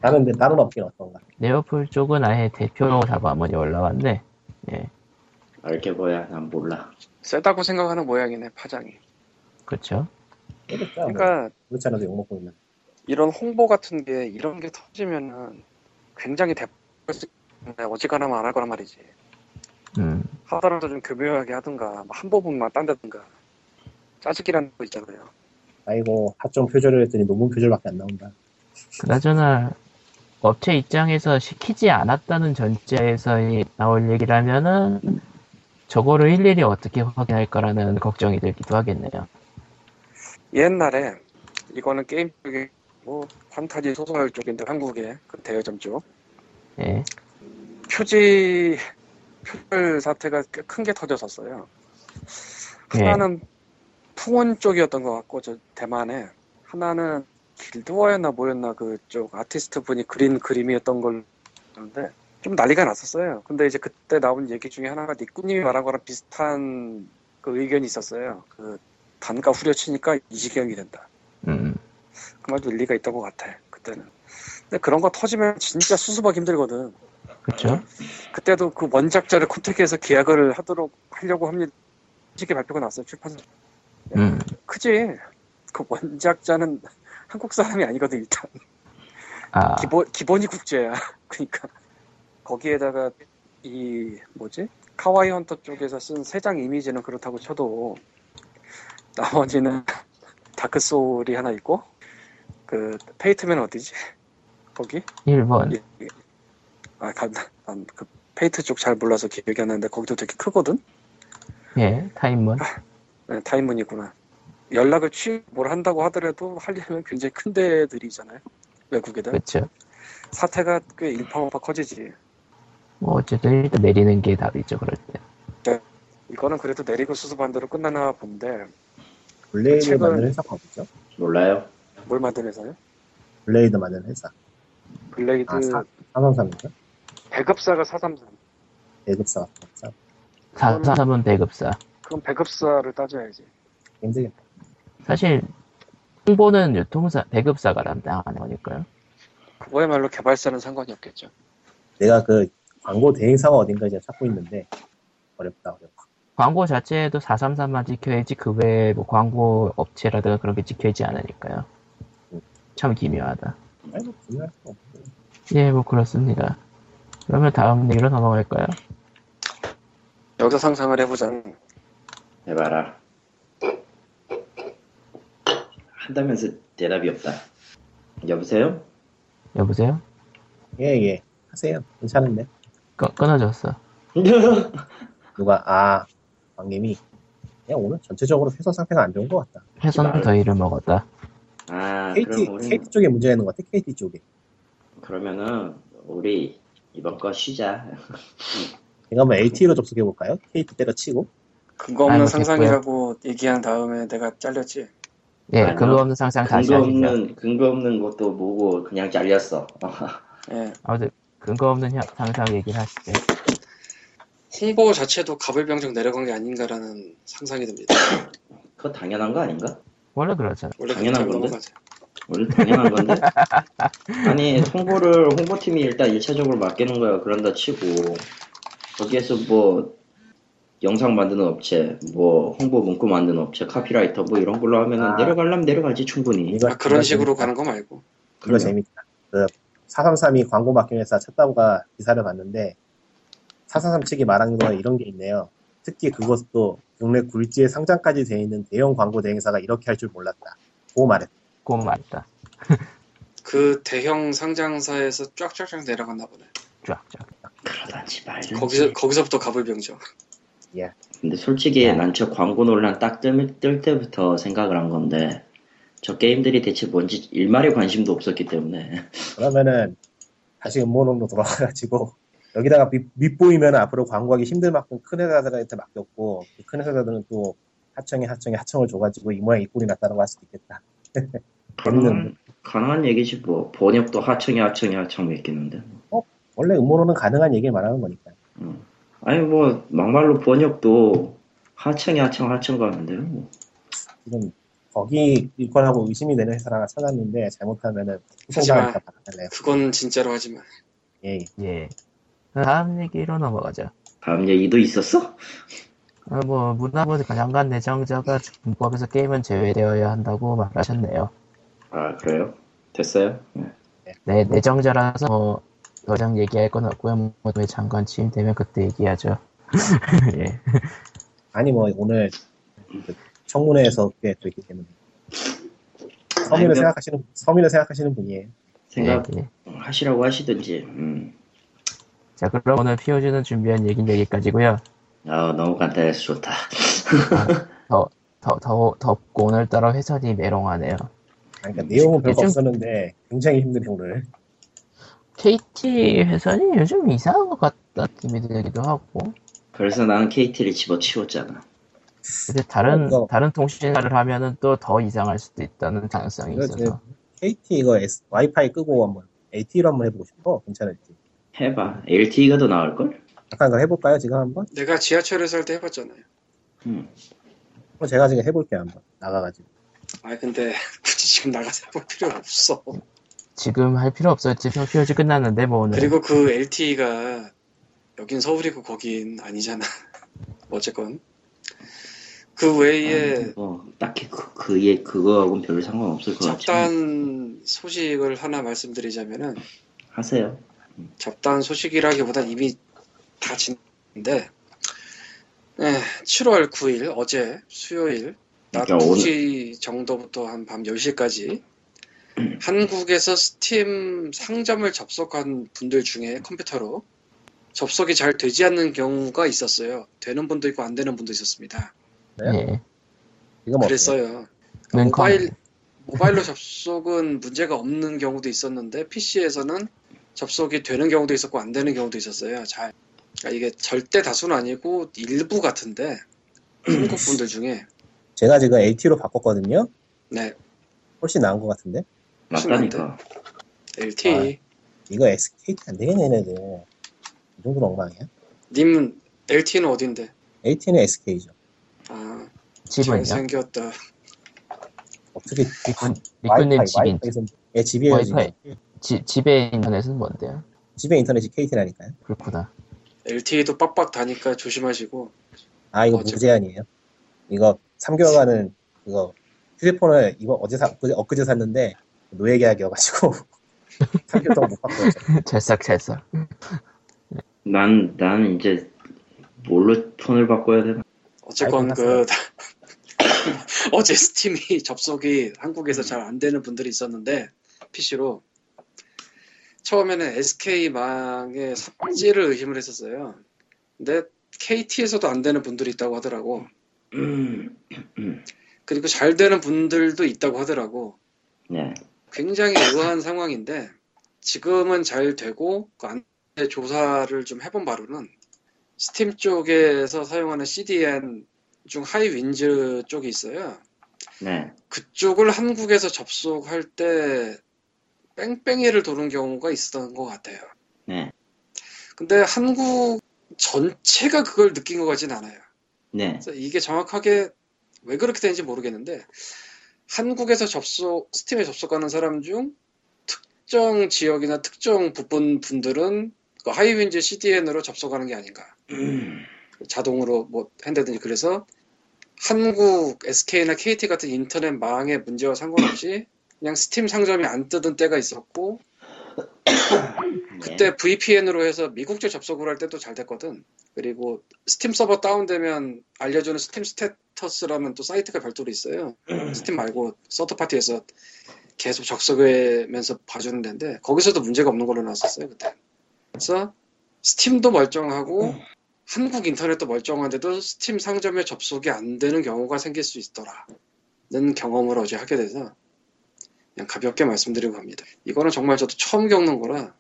Speaker 3: 다른 데 다른 업계는 어떤가?
Speaker 1: 네오플 쪽은 아예 대표 사과문이 올라왔네. 예,
Speaker 2: 알게 뭐야 난 몰라.
Speaker 4: 세다고 생각하는 모양이네 파장이
Speaker 1: 그렇죠.
Speaker 3: 모르겠다,
Speaker 1: 네.
Speaker 3: 뭐.
Speaker 4: 그러니까
Speaker 3: 그렇지 않아도 욕먹고 있는.
Speaker 4: 이런 홍보 같은 게 이런 게 터지면은 굉장히 대폭 어지간하면 안 할 거란 말이지
Speaker 1: 음,
Speaker 4: 하더라도 좀 교묘하게 하든가 뭐 한 부분만 딴다든가 짜증이라는 거 있잖아요
Speaker 3: 아이고 하청 표절을 했더니 논문 표절밖에 안 나온다.
Speaker 1: 그나저나 업체 입장에서 시키지 않았다는 전제에서 이- 나올 얘기라면은 저거를 일일이 어떻게 확인할 거라는 걱정이 들기도 하겠네요.
Speaker 4: 옛날에 이거는 게임 쪽이고 판타지 소설 쪽인데 한국의 그 대여점 쪽
Speaker 1: 예,
Speaker 4: 표지 표절 사태가 꽤 큰 게 터졌었어요.
Speaker 1: 예.
Speaker 4: 하나는 풍원 쪽이었던 것 같고 저 대만에 하나는 길드워였나 뭐였나 그쪽 아티스트 분이 그린 그림이었던 걸 그런데 좀 난리가 났었어요. 근데 이제 그때 나온 얘기 중에 하나가 니꾸님이 말한 거랑 비슷한 그 의견이 있었어요. 그 단가 후려치니까 이 지경이 된다.
Speaker 1: 음.
Speaker 4: 그 말도 일리가 있던 것 같아. 그때는. 근데 그런 거 터지면 진짜 수습하기 힘들거든.
Speaker 1: 그쵸?
Speaker 4: 그때도 그 원작자를 컨택해서 계약을 하도록 하려고 합니다. 쉽게 발표가 났어요. 출판사
Speaker 1: 음.
Speaker 4: 크지. 그 원작자는 한국 사람이 아니거든 일단
Speaker 1: 아,
Speaker 4: 기본 기본이 국제야. 그러니까 거기에다가 이 뭐지 카와이 헌터 쪽에서 쓴 세 장 이미지는 그렇다고 쳐도 나머지는 다크 소울이 하나 있고 그 페이트맨 어디지 거기
Speaker 1: 1번.
Speaker 4: 예, 예. 아, 간, 난, 그, 페이트 쪽 잘 몰라서 기억이 안 나는데, 거기도 되게 크거든?
Speaker 1: 예, 타임먼.
Speaker 4: 네, 타임문이구나. 연락을 취뭘 한다고 하더라도 하려면 굉장히 큰 데들이잖아요. 외국에다.
Speaker 1: 그쵸?
Speaker 4: 사태가 꽤 일파만파 커지지.
Speaker 1: 뭐, 어쨌든 일단 내리는 게 답이죠, 그럴 때.
Speaker 4: 이거는 그래도 내리고 수습한 대로 끝나나 본데,
Speaker 3: 블레이드
Speaker 4: 책을-
Speaker 3: 만드는 회사가 어디죠?
Speaker 2: 몰라요.
Speaker 4: 뭘 만드면서요?
Speaker 3: 블레이드 만드는 회사.
Speaker 4: 블레이드
Speaker 3: 아, 사, 사삼삼인가?
Speaker 4: 배급사가 433.
Speaker 3: 배급사. 사-
Speaker 1: 사,
Speaker 2: 음.
Speaker 1: 사삼은 배급사.
Speaker 4: 그건 배급사를 따져야지.
Speaker 3: 힘들겠다.
Speaker 1: 사실, 홍보는 유통사, 배급사가 담당하는 거니까요.
Speaker 4: 그거야말로 개발사는 상관이 없겠죠.
Speaker 3: 내가 그 광고 대행사가 어딘가 이제 찾고 있는데 어렵다 어렵다.
Speaker 1: 광고 자체에도 433만 찍혀야지 그 외에 뭐 광고 업체라든가 그런 게 찍혀있지 않으니까요. 참 기묘하다.
Speaker 3: 아니 뭐 분명할 수 없고.
Speaker 1: 예, 뭐 그렇습니다. 그러면 다음 얘기로 넘어갈까요?
Speaker 4: 여기서 상상을 해보자면,
Speaker 2: 해봐라. 한다면서 대답이 없다. 여보세요?
Speaker 1: 여보세요?
Speaker 3: 예예 하세요. 괜찮은데
Speaker 1: 끊, 끊어졌어.
Speaker 3: 누가 아 광님이 그냥 오늘 전체적으로 회사 상태가 안 좋은 것 같다.
Speaker 1: 회선
Speaker 2: 네.
Speaker 1: 더위를 먹었다.
Speaker 2: 아,
Speaker 3: KT
Speaker 2: 그럼 우리
Speaker 3: KT 쪽에 문제 있는 것 같아. KT 쪽에.
Speaker 2: 그러면은 우리 이번 거 쉬자.
Speaker 3: 제가 한번 LTE로 접속해 볼까요? KT 때려치고
Speaker 4: 근거 없는
Speaker 1: 아이고,
Speaker 4: 상상이라고 얘기한 다음에 내가 잘렸지.
Speaker 1: 예,
Speaker 2: 아니요.
Speaker 1: 근거 없는 상상 다시
Speaker 2: 근거
Speaker 1: 하시죠.
Speaker 2: 없는 근거 없는 것도 뭐고 그냥 잘렸어.
Speaker 4: 예.
Speaker 1: 아무튼 근거 없는 현- 상상 얘기를 하시죠.
Speaker 7: 홍보 자체도 가불병정 내려간 게 아닌가라는 상상이 듭니다.
Speaker 2: 그거 당연한 거 아닌가?
Speaker 1: 원래 그렇잖아.
Speaker 7: 원래
Speaker 2: 당연한
Speaker 7: 그렇다고
Speaker 2: 건데?
Speaker 7: 넘어가세요.
Speaker 2: 원래 당연한 건데. 아니 홍보를 홍보팀이 일단 일차적으로 맡기는 거야. 그런다 치고 거기에서 뭐 영상 만드는 업체, 뭐 홍보 문구 만드는 업체, 카피라이터 뭐 이런 걸로 하면은
Speaker 3: 아.
Speaker 2: 내려가려면 내려가지 충분히.
Speaker 3: 이거
Speaker 7: 아, 그런 식으로 가는 거 말고.
Speaker 3: 그거 재밌다. 그 433이 광고 맡긴 회사 찾다가 기사를 봤는데 433 측이 말한 거 이런 게 있네요. 특히 그것도 국내 굴지에 상장까지 돼 있는 대형 광고 대행사가 이렇게 할 줄 몰랐다. 고 말했다.
Speaker 1: 고 맞다.
Speaker 7: 그 대형 상장사에서 쫙쫙쫙 내려갔나 보네.
Speaker 1: 쫙쫙.
Speaker 2: 그러다지 말든지.
Speaker 7: 거기서, 거기서부터 가불병정.
Speaker 2: 근데 솔직히 난 저 광고 논란 딱 뜰, 뜰 때부터 생각을 한 건데 저 게임들이 대체 뭔지 일말의 관심도 없었기 때문에
Speaker 3: 그러면은 다시 음모론으로 돌아가가지고 여기다가 밑, 보이면 앞으로 광고하기 힘들 만큼 큰 회사들한테 맡겼고 그큰 회사들은 또 하청에 하청에 하청을 줘가지고 이 모양 이 꼴이 났다고 할 수도 있겠다.
Speaker 2: 가능한, 가능한 얘기지 뭐 번역도 하청이 하청이 하청 맡기는데
Speaker 3: 원래 음모론은 가능한 얘기를 말하는 거니까.
Speaker 2: 아니 뭐 막말로 번역도 하청이 하청 하청 가는데요 뭐.
Speaker 3: 지금 거기 일권하고 의심이 되는 회사를 하나 찾았는데 잘못하면은
Speaker 7: 하지마.
Speaker 3: 소송당할까 봐 갈래요.
Speaker 7: 그건 진짜로 하지만.
Speaker 3: 예.
Speaker 1: 예. 다음 얘기로 넘어가죠.
Speaker 2: 다음 얘기도 있었어?
Speaker 1: 어, 뭐 문화부 장관 내정자가 준법에서 게임은 제외되어야 한다고 말하셨네요.
Speaker 2: 아 그래요? 됐어요? 네.
Speaker 1: 네, 내정자라서 뭐 더 이상 얘기할 건 없고요. 뭐 장관 취임되면 그때 얘기하죠. 예.
Speaker 3: 아니 뭐 오늘 그 청문회에서 그게 또 있기 때문에 서민을
Speaker 2: 아니면-
Speaker 3: 생각하시는 서민을 생각하시는 분이에요.
Speaker 2: 생각
Speaker 1: 예, 예.
Speaker 2: 하시라고 하시든지 음.
Speaker 1: 자, 그럼 오늘 피오지는 준비한 얘기는 여기까지고요.
Speaker 2: 아 너무 간단해서 좋다
Speaker 1: 더, 더, 덥고 오늘따라 회선이 메롱하네요.
Speaker 3: 아니, 그러니까 내용은 별거
Speaker 1: 요즘-
Speaker 3: 없었는데 굉장히 힘든 오늘.
Speaker 1: KT 회선이 요즘 이상한 것 같다 느낌이 들기도 하고
Speaker 2: 그래서 나는 KT를 집어치웠잖아
Speaker 1: 근데 다른
Speaker 3: 그러니까.
Speaker 1: 다른 통신사를 하면은 또 더 이상할 수도 있다는 가능성이
Speaker 3: 이거 이제
Speaker 1: 있어서
Speaker 3: KT 이거 S- 와이파이 끄고 한번 AT로 한번 해보고 싶어. 괜찮을지.
Speaker 2: 해봐. LTE가 더 나을걸?
Speaker 3: 잠깐 그거 해볼까요? 지금 한번?
Speaker 4: 내가 지하철에서 할 때 해봤잖아요.
Speaker 2: 음.
Speaker 3: 그럼 제가 지금 해볼게요. 한번 나가가지고.
Speaker 4: 아 근데 굳이 지금 나가서 해볼 필요는 없어.
Speaker 1: 지금 할 필요 없었지. 표지 끝났는데 뭐 오늘.
Speaker 4: 그리고 그 LTE가 여긴 서울이고 거긴 아니잖아. 어쨌건 그 외에
Speaker 2: 뭐 딱히 그, 그의 그거하고는 별로 상관없을 것 같아요.
Speaker 4: 잡단 소식을 하나 말씀드리자면은
Speaker 2: 하세요.
Speaker 4: 잡단 소식이라기보단 이미 다 지났는데 에, 7월 9일 어제 수요일 낮
Speaker 2: 그러니까 오늘-
Speaker 4: 2시 정도부터 한 밤 10시까지 한국에서 스팀 상점을 접속한 분들 중에 컴퓨터로 접속이 잘 되지 않는 경우가 있었어요. 되는 분도 있고 안 되는 분도 있었습니다.
Speaker 1: 예.
Speaker 3: 지금 어때요? 네,
Speaker 4: 그랬어요. 그러니까
Speaker 1: 는
Speaker 4: 모바일 모바일로 접속은 문제가 없는 경우도 있었는데 PC에서는 접속이 되는 경우도 있었고 안 되는 경우도 있었어요. 잘 그러니까 이게 절대 다수는 아니고 일부 같은데 한국 분들 중에
Speaker 3: 제가 지금 AT로 바꿨거든요.
Speaker 4: 네
Speaker 3: 훨씬 나은 것 같은데?
Speaker 2: 맞다니까.
Speaker 4: LTE
Speaker 3: 아. 이거 SKT 안 되겠네, 얘네들. 이 정도로 엉망이야?
Speaker 4: 님 LTE는 어딘데?
Speaker 3: AT는 SK죠.
Speaker 4: 아
Speaker 1: 집은요?
Speaker 4: 잘생겼다.
Speaker 3: 어떻게
Speaker 1: 리꾼 리꾼님
Speaker 3: 와이파이,
Speaker 1: 집인
Speaker 3: 와이파이에서 예, 집이에요,
Speaker 1: 와이파이.
Speaker 3: 지금.
Speaker 1: 집 집에 인터넷은 뭔데요?
Speaker 3: 집에 인터넷이 KT라니까요.
Speaker 1: 그렇구나.
Speaker 4: LTE도 빡빡 다니까 조심하시고
Speaker 3: 아, 이거
Speaker 4: 어, 지금.
Speaker 3: 무제한이에요. 이거 3개월간은 그거 휴대폰을 이거 어제 사, 엊그제, 엊그제 샀는데 노예 계약이어가지고 3개월 동안 못 바꿔요.
Speaker 1: 찰싹찰싹.
Speaker 2: 난, 난 이제 뭘로 폰을 바꿔야 되나?
Speaker 4: 어쨌건
Speaker 3: 아이폰
Speaker 4: 그 어제 스팀이 접속이 한국에서 잘 안 되는 분들이 있었는데 PC로 처음에는 SK망의 삽질을 의심을 했었어요. 근데 KT에서도 안 되는 분들이 있다고 하더라고.
Speaker 2: 음,
Speaker 4: 그리고 잘 되는 분들도 있다고 하더라고.
Speaker 2: 네.
Speaker 4: 굉장히 의아한 상황인데 지금은 잘 되고 그 안에 조사를 좀 해본 바로는 스팀 쪽에서 사용하는 CDN 중 하이윈즈 쪽이 있어요.
Speaker 2: 네.
Speaker 4: 그쪽을 한국에서 접속할 때 뺑뺑이를 도는 경우가 있었던 것 같아요.
Speaker 2: 네.
Speaker 4: 근데 한국 전체가 그걸 느낀 것 같진 않아요.
Speaker 2: 네.
Speaker 4: 그래서 이게 정확하게 왜 그렇게 되는지 모르겠는데 한국에서 접속 스팀에 접속하는 사람 중 특정 지역이나 특정 부분 분들은 그 하이윈즈 CDN으로 접속하는 게 아닌가.
Speaker 2: 음,
Speaker 4: 자동으로 뭐 한다든지 그래서 한국 SK나 KT 같은 인터넷 망의 문제와 상관없이 그냥 스팀 상점이 안 뜨던 때가 있었고
Speaker 2: 예.
Speaker 4: 그때 VPN으로 해서 미국제 접속을 할 때도 잘 됐거든. 그리고 스팀 서버 다운되면 알려주는 스팀 스태터스라면 또 사이트가 별도로 있어요. 스팀 말고 서드파티에서 계속 접속하면서 봐주는 데인데 거기서도 문제가 없는 걸로 나왔었어요 그때. 그래서 스팀도 멀쩡하고 한국 인터넷도 멀쩡한데도 스팀 상점에 접속이 안 되는 경우가 생길 수 있더라는 경험을 어제 하게 돼서 그냥 가볍게 말씀드리고 갑니다. 이거는 정말 저도 처음 겪는 거라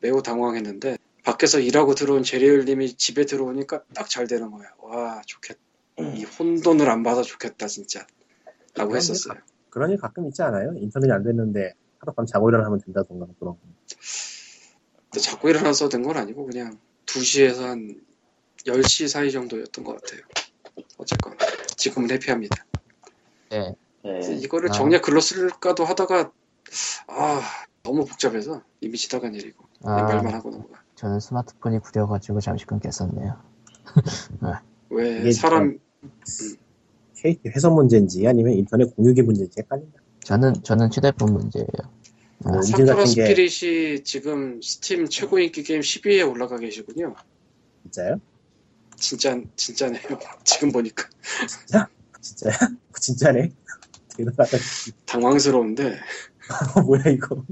Speaker 4: 매우 당황했는데 밖에서 일하고 들어온 제리얼님이 집에 들어오니까 딱 잘 되는 거야. 와 좋겠다. 이 혼돈을 안 봐서 좋겠다 진짜. 라고 했었어요.
Speaker 3: 그런 일 가끔 있지 않아요? 인터넷이 안 됐는데 하룻밤 자고 일어나면 된다던가 그런 거.
Speaker 4: 근데 자꾸 일어나서 된 건 아니고 그냥 2시에서 한 10시 사이 정도였던 것 같아요. 어쨌건 지금은 해피합니다.
Speaker 1: 예.
Speaker 4: 그래서
Speaker 2: 네.
Speaker 4: 이거를
Speaker 1: 아.
Speaker 4: 정략 글로 쓸까도 하다가 아 너무 복잡해서 이미 지나간 일이고 그냥 말만
Speaker 1: 아
Speaker 4: 하고 넘어가.
Speaker 1: 저는 스마트폰이 구려가지고 잠시 끊겼었네요.
Speaker 4: 왜
Speaker 3: 이게
Speaker 4: 사람
Speaker 3: KT 회선 문제인지 아니면 인터넷 공유기 문제인지 헷갈린다.
Speaker 1: 저는 저는 휴대폰 문제예요.
Speaker 3: 뭐
Speaker 1: 아,
Speaker 3: 음질
Speaker 4: 사쿠라
Speaker 3: 같은 게
Speaker 4: 스피릿이 지금 스팀 최고 인기 게임 10위에 올라가 계시군요.
Speaker 3: 진짜요?
Speaker 4: 진짜 진짜네요. 지금 보니까
Speaker 3: 진짜야? 그 진짜네? 대단하다. 어,
Speaker 4: 당황스러운데
Speaker 3: 뭐야 이거.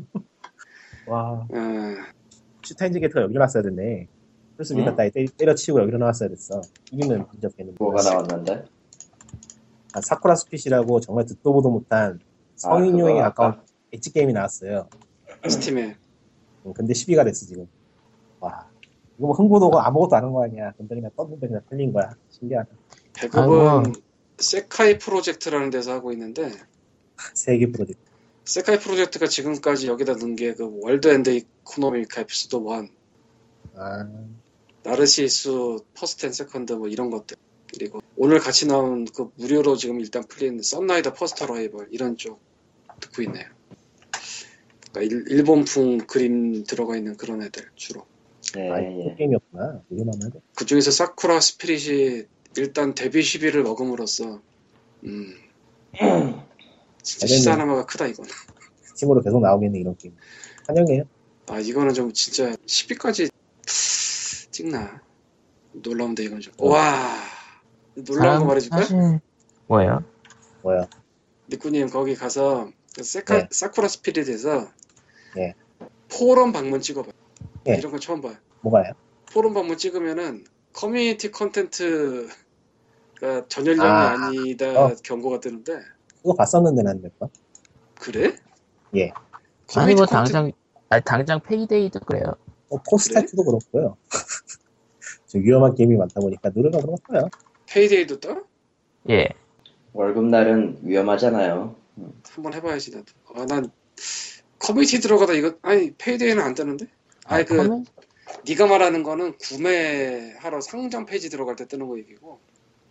Speaker 3: 와.
Speaker 4: 아,
Speaker 3: 슈타인즈 게이트가 여기로 나왔어야 됐네. 플스 비타
Speaker 2: 응?
Speaker 3: 따위 때- 때려치우고 여기로 나왔어야 됐어. 이기는 문제 없겠는데.
Speaker 2: 뭐가 나왔는데?
Speaker 3: 아, 사쿠라 스피시라고 정말 듣도 보도 못한 성인용에
Speaker 2: 그거
Speaker 3: 가까운
Speaker 2: 아까-
Speaker 3: 엣지 게임이 나왔어요.
Speaker 4: 스팀에
Speaker 3: 음, 근데 10위가 됐어 지금. 와. 이거 뭐 흥보도고 아무것도 안 한 거 아니야. 근데 그냥 떴는데 그냥 틀린 거야. 신기하다.
Speaker 4: 배급은
Speaker 1: 아이고.
Speaker 4: 세카이 프로젝트라는 데서 하고 있는데
Speaker 3: 세계 프로젝트.
Speaker 4: 세카이 프로젝트가 지금까지 여기다 넣은 게 그 월드 앤드 이코노미카 그 에피소드 1,
Speaker 3: 아,
Speaker 4: 나르시스 퍼스트 앤 세컨드 뭐 이런 것들 그리고 오늘 같이 나온 그 무료로 지금 일단 풀린 썬라이더 퍼스트 라이벌 이런 쪽 듣고 있네요. 그러니까 일, 본풍 그림 들어가 있는 그런 애들 주로
Speaker 2: 네,
Speaker 3: 아
Speaker 2: 예.
Speaker 3: 게임이었구나. 이거만 하네.
Speaker 4: 그 중에서 사쿠라 스피릿이 일단 데뷔 10위를 먹음으로써 음 진짜
Speaker 3: 알겠네.
Speaker 4: 시사나마가 크다 이건.
Speaker 3: 팀으로 계속 나오겠네 이런 게임. 환영해요.
Speaker 4: 아 이거는 좀 진짜 10위까지 찍나 놀라운데 이건 좀. 와 놀라운 거
Speaker 1: 사람-
Speaker 4: 말해줄까?
Speaker 1: 사실 뭐예요?
Speaker 3: 뭐야?
Speaker 4: 니꾸님 거기 가서 그 세카,
Speaker 3: 네.
Speaker 4: 사쿠라 스피릿에서
Speaker 3: 네.
Speaker 4: 포럼 방문 찍어봐요.
Speaker 3: 네.
Speaker 4: 이런 거 처음 봐요.
Speaker 3: 뭐가요?
Speaker 4: 포럼 방문 찍으면은 커뮤니티 컨텐츠가 전열량이
Speaker 3: 아.
Speaker 4: 아, 니다
Speaker 3: 어.
Speaker 4: 경고가 뜨는데
Speaker 3: 그거 봤었는데 난 내꺼.
Speaker 4: 그래?
Speaker 3: 예.
Speaker 1: 아니
Speaker 4: 커뮤니티
Speaker 1: 뭐
Speaker 4: 컨텐츠
Speaker 1: 당장 아니, 당장 페이데이도 그래요.
Speaker 3: 어, 포스타트도 그렇고요 좀 위험한 게임이 많다 보니까 노래가 그런 거요.
Speaker 4: 페이데이도 떠?
Speaker 1: 예.
Speaker 2: 월급날은 위험하잖아요.
Speaker 4: 한번 해봐야지 나도. 아, 난 커뮤니티 들어가다 이거 아니 페이데이는 안 뜨는데? 아니 그
Speaker 1: 커뮤-
Speaker 4: 네가 말하는 거는 구매하러 상점 페이지 들어갈 때 뜨는 거 얘기고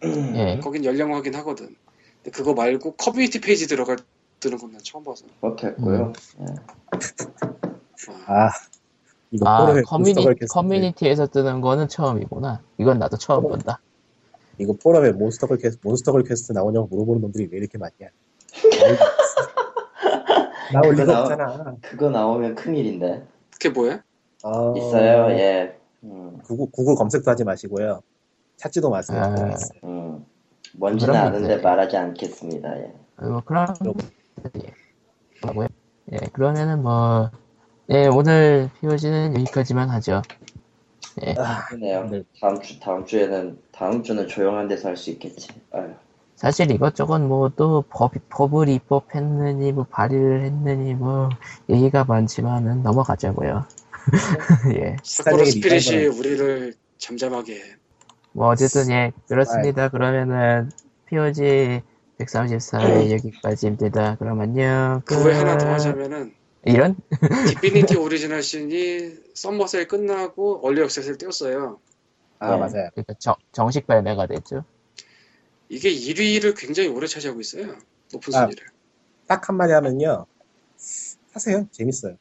Speaker 1: 예.
Speaker 4: 거긴 연령 확인하거든. 근데 그거 말고 커뮤니티 페이지 들어갈 뜨는 건 난 처음 봐서.
Speaker 2: 그렇겠고요.
Speaker 4: 아,
Speaker 3: 아, 이거
Speaker 1: 아
Speaker 3: 포럼에
Speaker 1: 커뮤니,
Speaker 3: 모스터가 이렇게 쓰는데,
Speaker 1: 커뮤니티에서 뜨는 거는 처음이구나. 이건 나도 처음 본다.
Speaker 3: 이거 포럼에 몬스터걸 퀘스트, 몬스터걸 퀘스트 나오냐고 물어보는 놈들이 왜 이렇게 많냐. 나올
Speaker 2: 그거
Speaker 3: 리가
Speaker 2: 나오-
Speaker 3: 없잖아.
Speaker 2: 그거 나오면 큰일인데.
Speaker 4: 그게 뭐야?
Speaker 3: 아,
Speaker 2: 있어요, 예. 음,
Speaker 3: 구글, 구글 검색도 하지 마시고요. 찾지도 마세요.
Speaker 1: 아.
Speaker 2: 음. 뭔지는
Speaker 1: 그러면
Speaker 2: 아는데
Speaker 1: 이제-
Speaker 2: 말하지 않겠습니다. 예.
Speaker 1: 뭐 그런 예. 뭐라고요? 예. 그러면은 뭐 예, 오늘 POG는 여기까지만 하죠.
Speaker 3: 아,
Speaker 2: 그러네요.
Speaker 3: 네.
Speaker 2: 다음 주 다음 주에는 다음 주는 조용한 데서 할 수 있겠지. 아유.
Speaker 1: 사실 이것저것 뭐 또 법을 입법했느니 뭐 발의를 했느니 뭐 얘기가 많지만은 넘어가자고요. 예.
Speaker 4: 사쿠라
Speaker 3: 스타링이
Speaker 4: 스피릿이
Speaker 3: 리바이벌.
Speaker 4: 우리를 잠잠하게 해.
Speaker 1: 뭐 어쨌든 예 그렇습니다.
Speaker 4: 네.
Speaker 1: 그러면은 POG 134회 여기까지입니다. 그럼 안녕.
Speaker 4: 그 외에
Speaker 1: 끝.
Speaker 4: 네. 하나 더 하자면은
Speaker 1: 이런
Speaker 4: 디피니티 오리지널 씬이 썸머셀 끝나고 얼리 액세스를 띄웠어요.
Speaker 3: 아,
Speaker 2: 예.
Speaker 3: 맞아요.
Speaker 1: 그러니까 정, 정식 발매가 됐죠.
Speaker 4: 이게 1위를 굉장히 오래 차지하고 있어요. 높은
Speaker 3: 아.
Speaker 4: 순위를.
Speaker 3: 딱 한마디 하면요. 하세요. 재밌어요.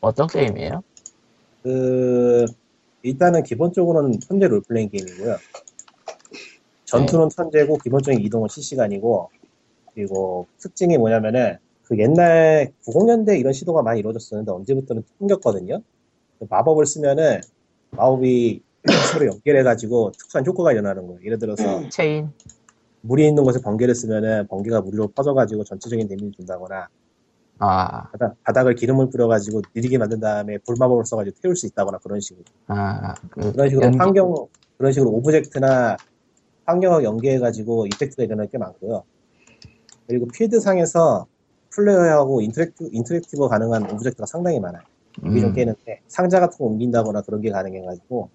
Speaker 1: 어떤
Speaker 4: 네.
Speaker 1: 게임이에요?
Speaker 3: 그, 일단은 기본적으로는 현재 롤플레잉 게임이고요. 전투는 천재고 기본적인 이동은 실시간이고 그리고 특징이 뭐냐면은 그 옛날 90년대 이런 시도가 많이 이루어졌었는데 언제부터는 끊겼거든요. 그 마법을 쓰면은 마법이 서로 연결해가지고 특수한 효과가 일어나는 거예요. 예를 들어서
Speaker 1: 네. 체인.
Speaker 3: 물이 있는 곳에 번개를 쓰면은 번개가 물로 퍼져가지고 전체적인 데미지 준다거나
Speaker 1: 아,
Speaker 3: 바닥, 바닥을 기름을 뿌려가지고 느리게 만든 다음에 불마법을 써가지고 태울 수 있다거나 그런 식으로
Speaker 1: 아, 그,
Speaker 3: 그런 식으로
Speaker 1: 연기-
Speaker 3: 환경 그런 식으로 오브젝트나 환경하고 연계해가지고 이펙트가 일어날 게 많고요. 그리고 필드상에서 플레이어하고 인터랙티, 인터랙티브 가능한 오브젝트가 상당히 많아요. 이게 좀
Speaker 1: 음.
Speaker 3: 깨는데 상자 같은 거 옮긴다거나 그런 게 가능해가지고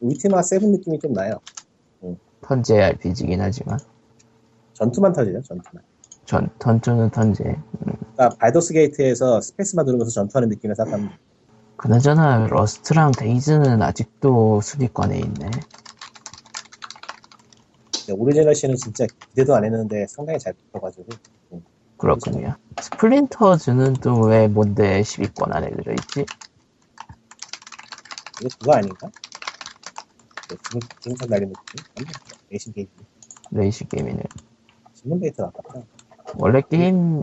Speaker 3: 울티마 세븐 느낌이 좀 나요.
Speaker 1: 턴제 RPG긴 하지만
Speaker 3: 전투만 터지죠, 전투만.
Speaker 1: 전 던전은 턴제.
Speaker 3: 그러니까 바이더스 게이트에서 스페이스만 누르면서 전투하는 느낌을 생각하면 돼요.
Speaker 1: 그나저나 러스트랑 데이즈는 아직도 순위권에 있네.
Speaker 3: 근데 오리지널 씨는 진짜 기대도 안 했는데 상당히 잘 붙어가지고
Speaker 1: 그렇군요. 스플린터즈는 또 왜 뭔데 10위권 안에 들어있지?
Speaker 3: 이거 그거 아닌가? 네, 지금 지금선 날리는 느낌? 레이싱 게임
Speaker 1: 레이싱 게임이네.
Speaker 3: 지금 데이트 아깝다.
Speaker 1: 원래 게임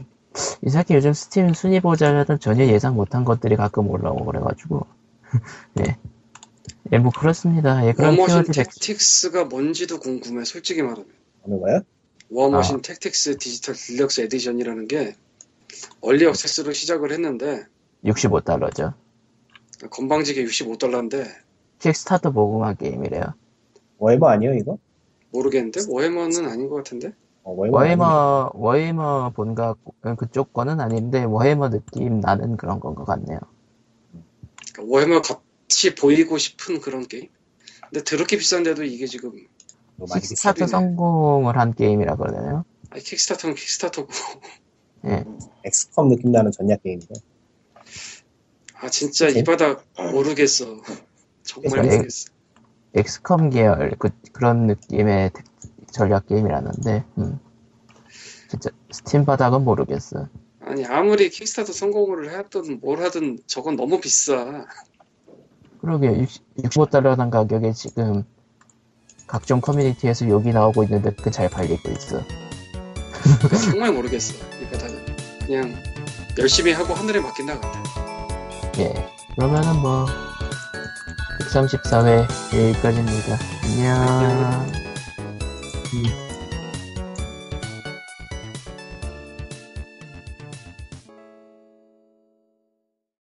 Speaker 1: 이상하게 요즘 스팀 순위 보자면은 전혀 예상 못한 것들이 가끔 올라오고 그래가지고 예. 예, 뭐 그렇습니다. 예, 그럼
Speaker 4: 워머신
Speaker 1: POG 100
Speaker 4: 택틱스가 뭔지도 궁금해. 솔직히 말하면.
Speaker 3: 어느 거요?
Speaker 4: 워머신 택틱스 디지털 딜럭스 에디션이라는 게 얼리 액세스로 시작을 했는데
Speaker 1: 65달러죠.
Speaker 4: 건방지게 65달러인데
Speaker 1: 킥스타터 모금한 게임이래요.
Speaker 3: 월마 아니에요 이거?
Speaker 4: 모르겠는데 워해머는 아닌 것 같은데
Speaker 3: 어, 월마
Speaker 1: 워헤머
Speaker 3: 음.
Speaker 1: 워헤머 본가 그쪽 거는 아닌데 워헤머 느낌 나는 그런 건 것 같네요.
Speaker 4: 그러니까 워해머 같이 보이고 싶은 그런 게임 근데 더럽게 비싼데도 이게 지금
Speaker 3: 이거 뭐 많이 비싸.
Speaker 4: 아,
Speaker 1: 킥스타터 성공을 한 게임이라 그러네요.
Speaker 4: 아니, 킥스타터는 킥스타터고
Speaker 6: 엑스컴 느낌 나는 전략 게임인데
Speaker 4: 아 진짜 이 바닥 모르겠어. 정말
Speaker 1: 네.
Speaker 4: 모르겠어.
Speaker 1: 엑스컴 계열 그, 그런 느낌의 텍- 전략 게임이라는데 음. 진짜 스팀 바닥은 모르겠어
Speaker 4: 아니 아무리 킥스타터 성공을 하든 뭘 하든 저건 너무 비싸.
Speaker 1: 그러게 60, 65달러라는 가격에 지금 각종 커뮤니티에서 욕이 나오고 있는데 그 잘 팔리고 있어
Speaker 4: 정말 모르겠어 이 바닥은. 그냥 열심히 하고 하늘에 맡긴다 같아.
Speaker 1: 예 그러면은 뭐 134회 여기까지입니다 안녕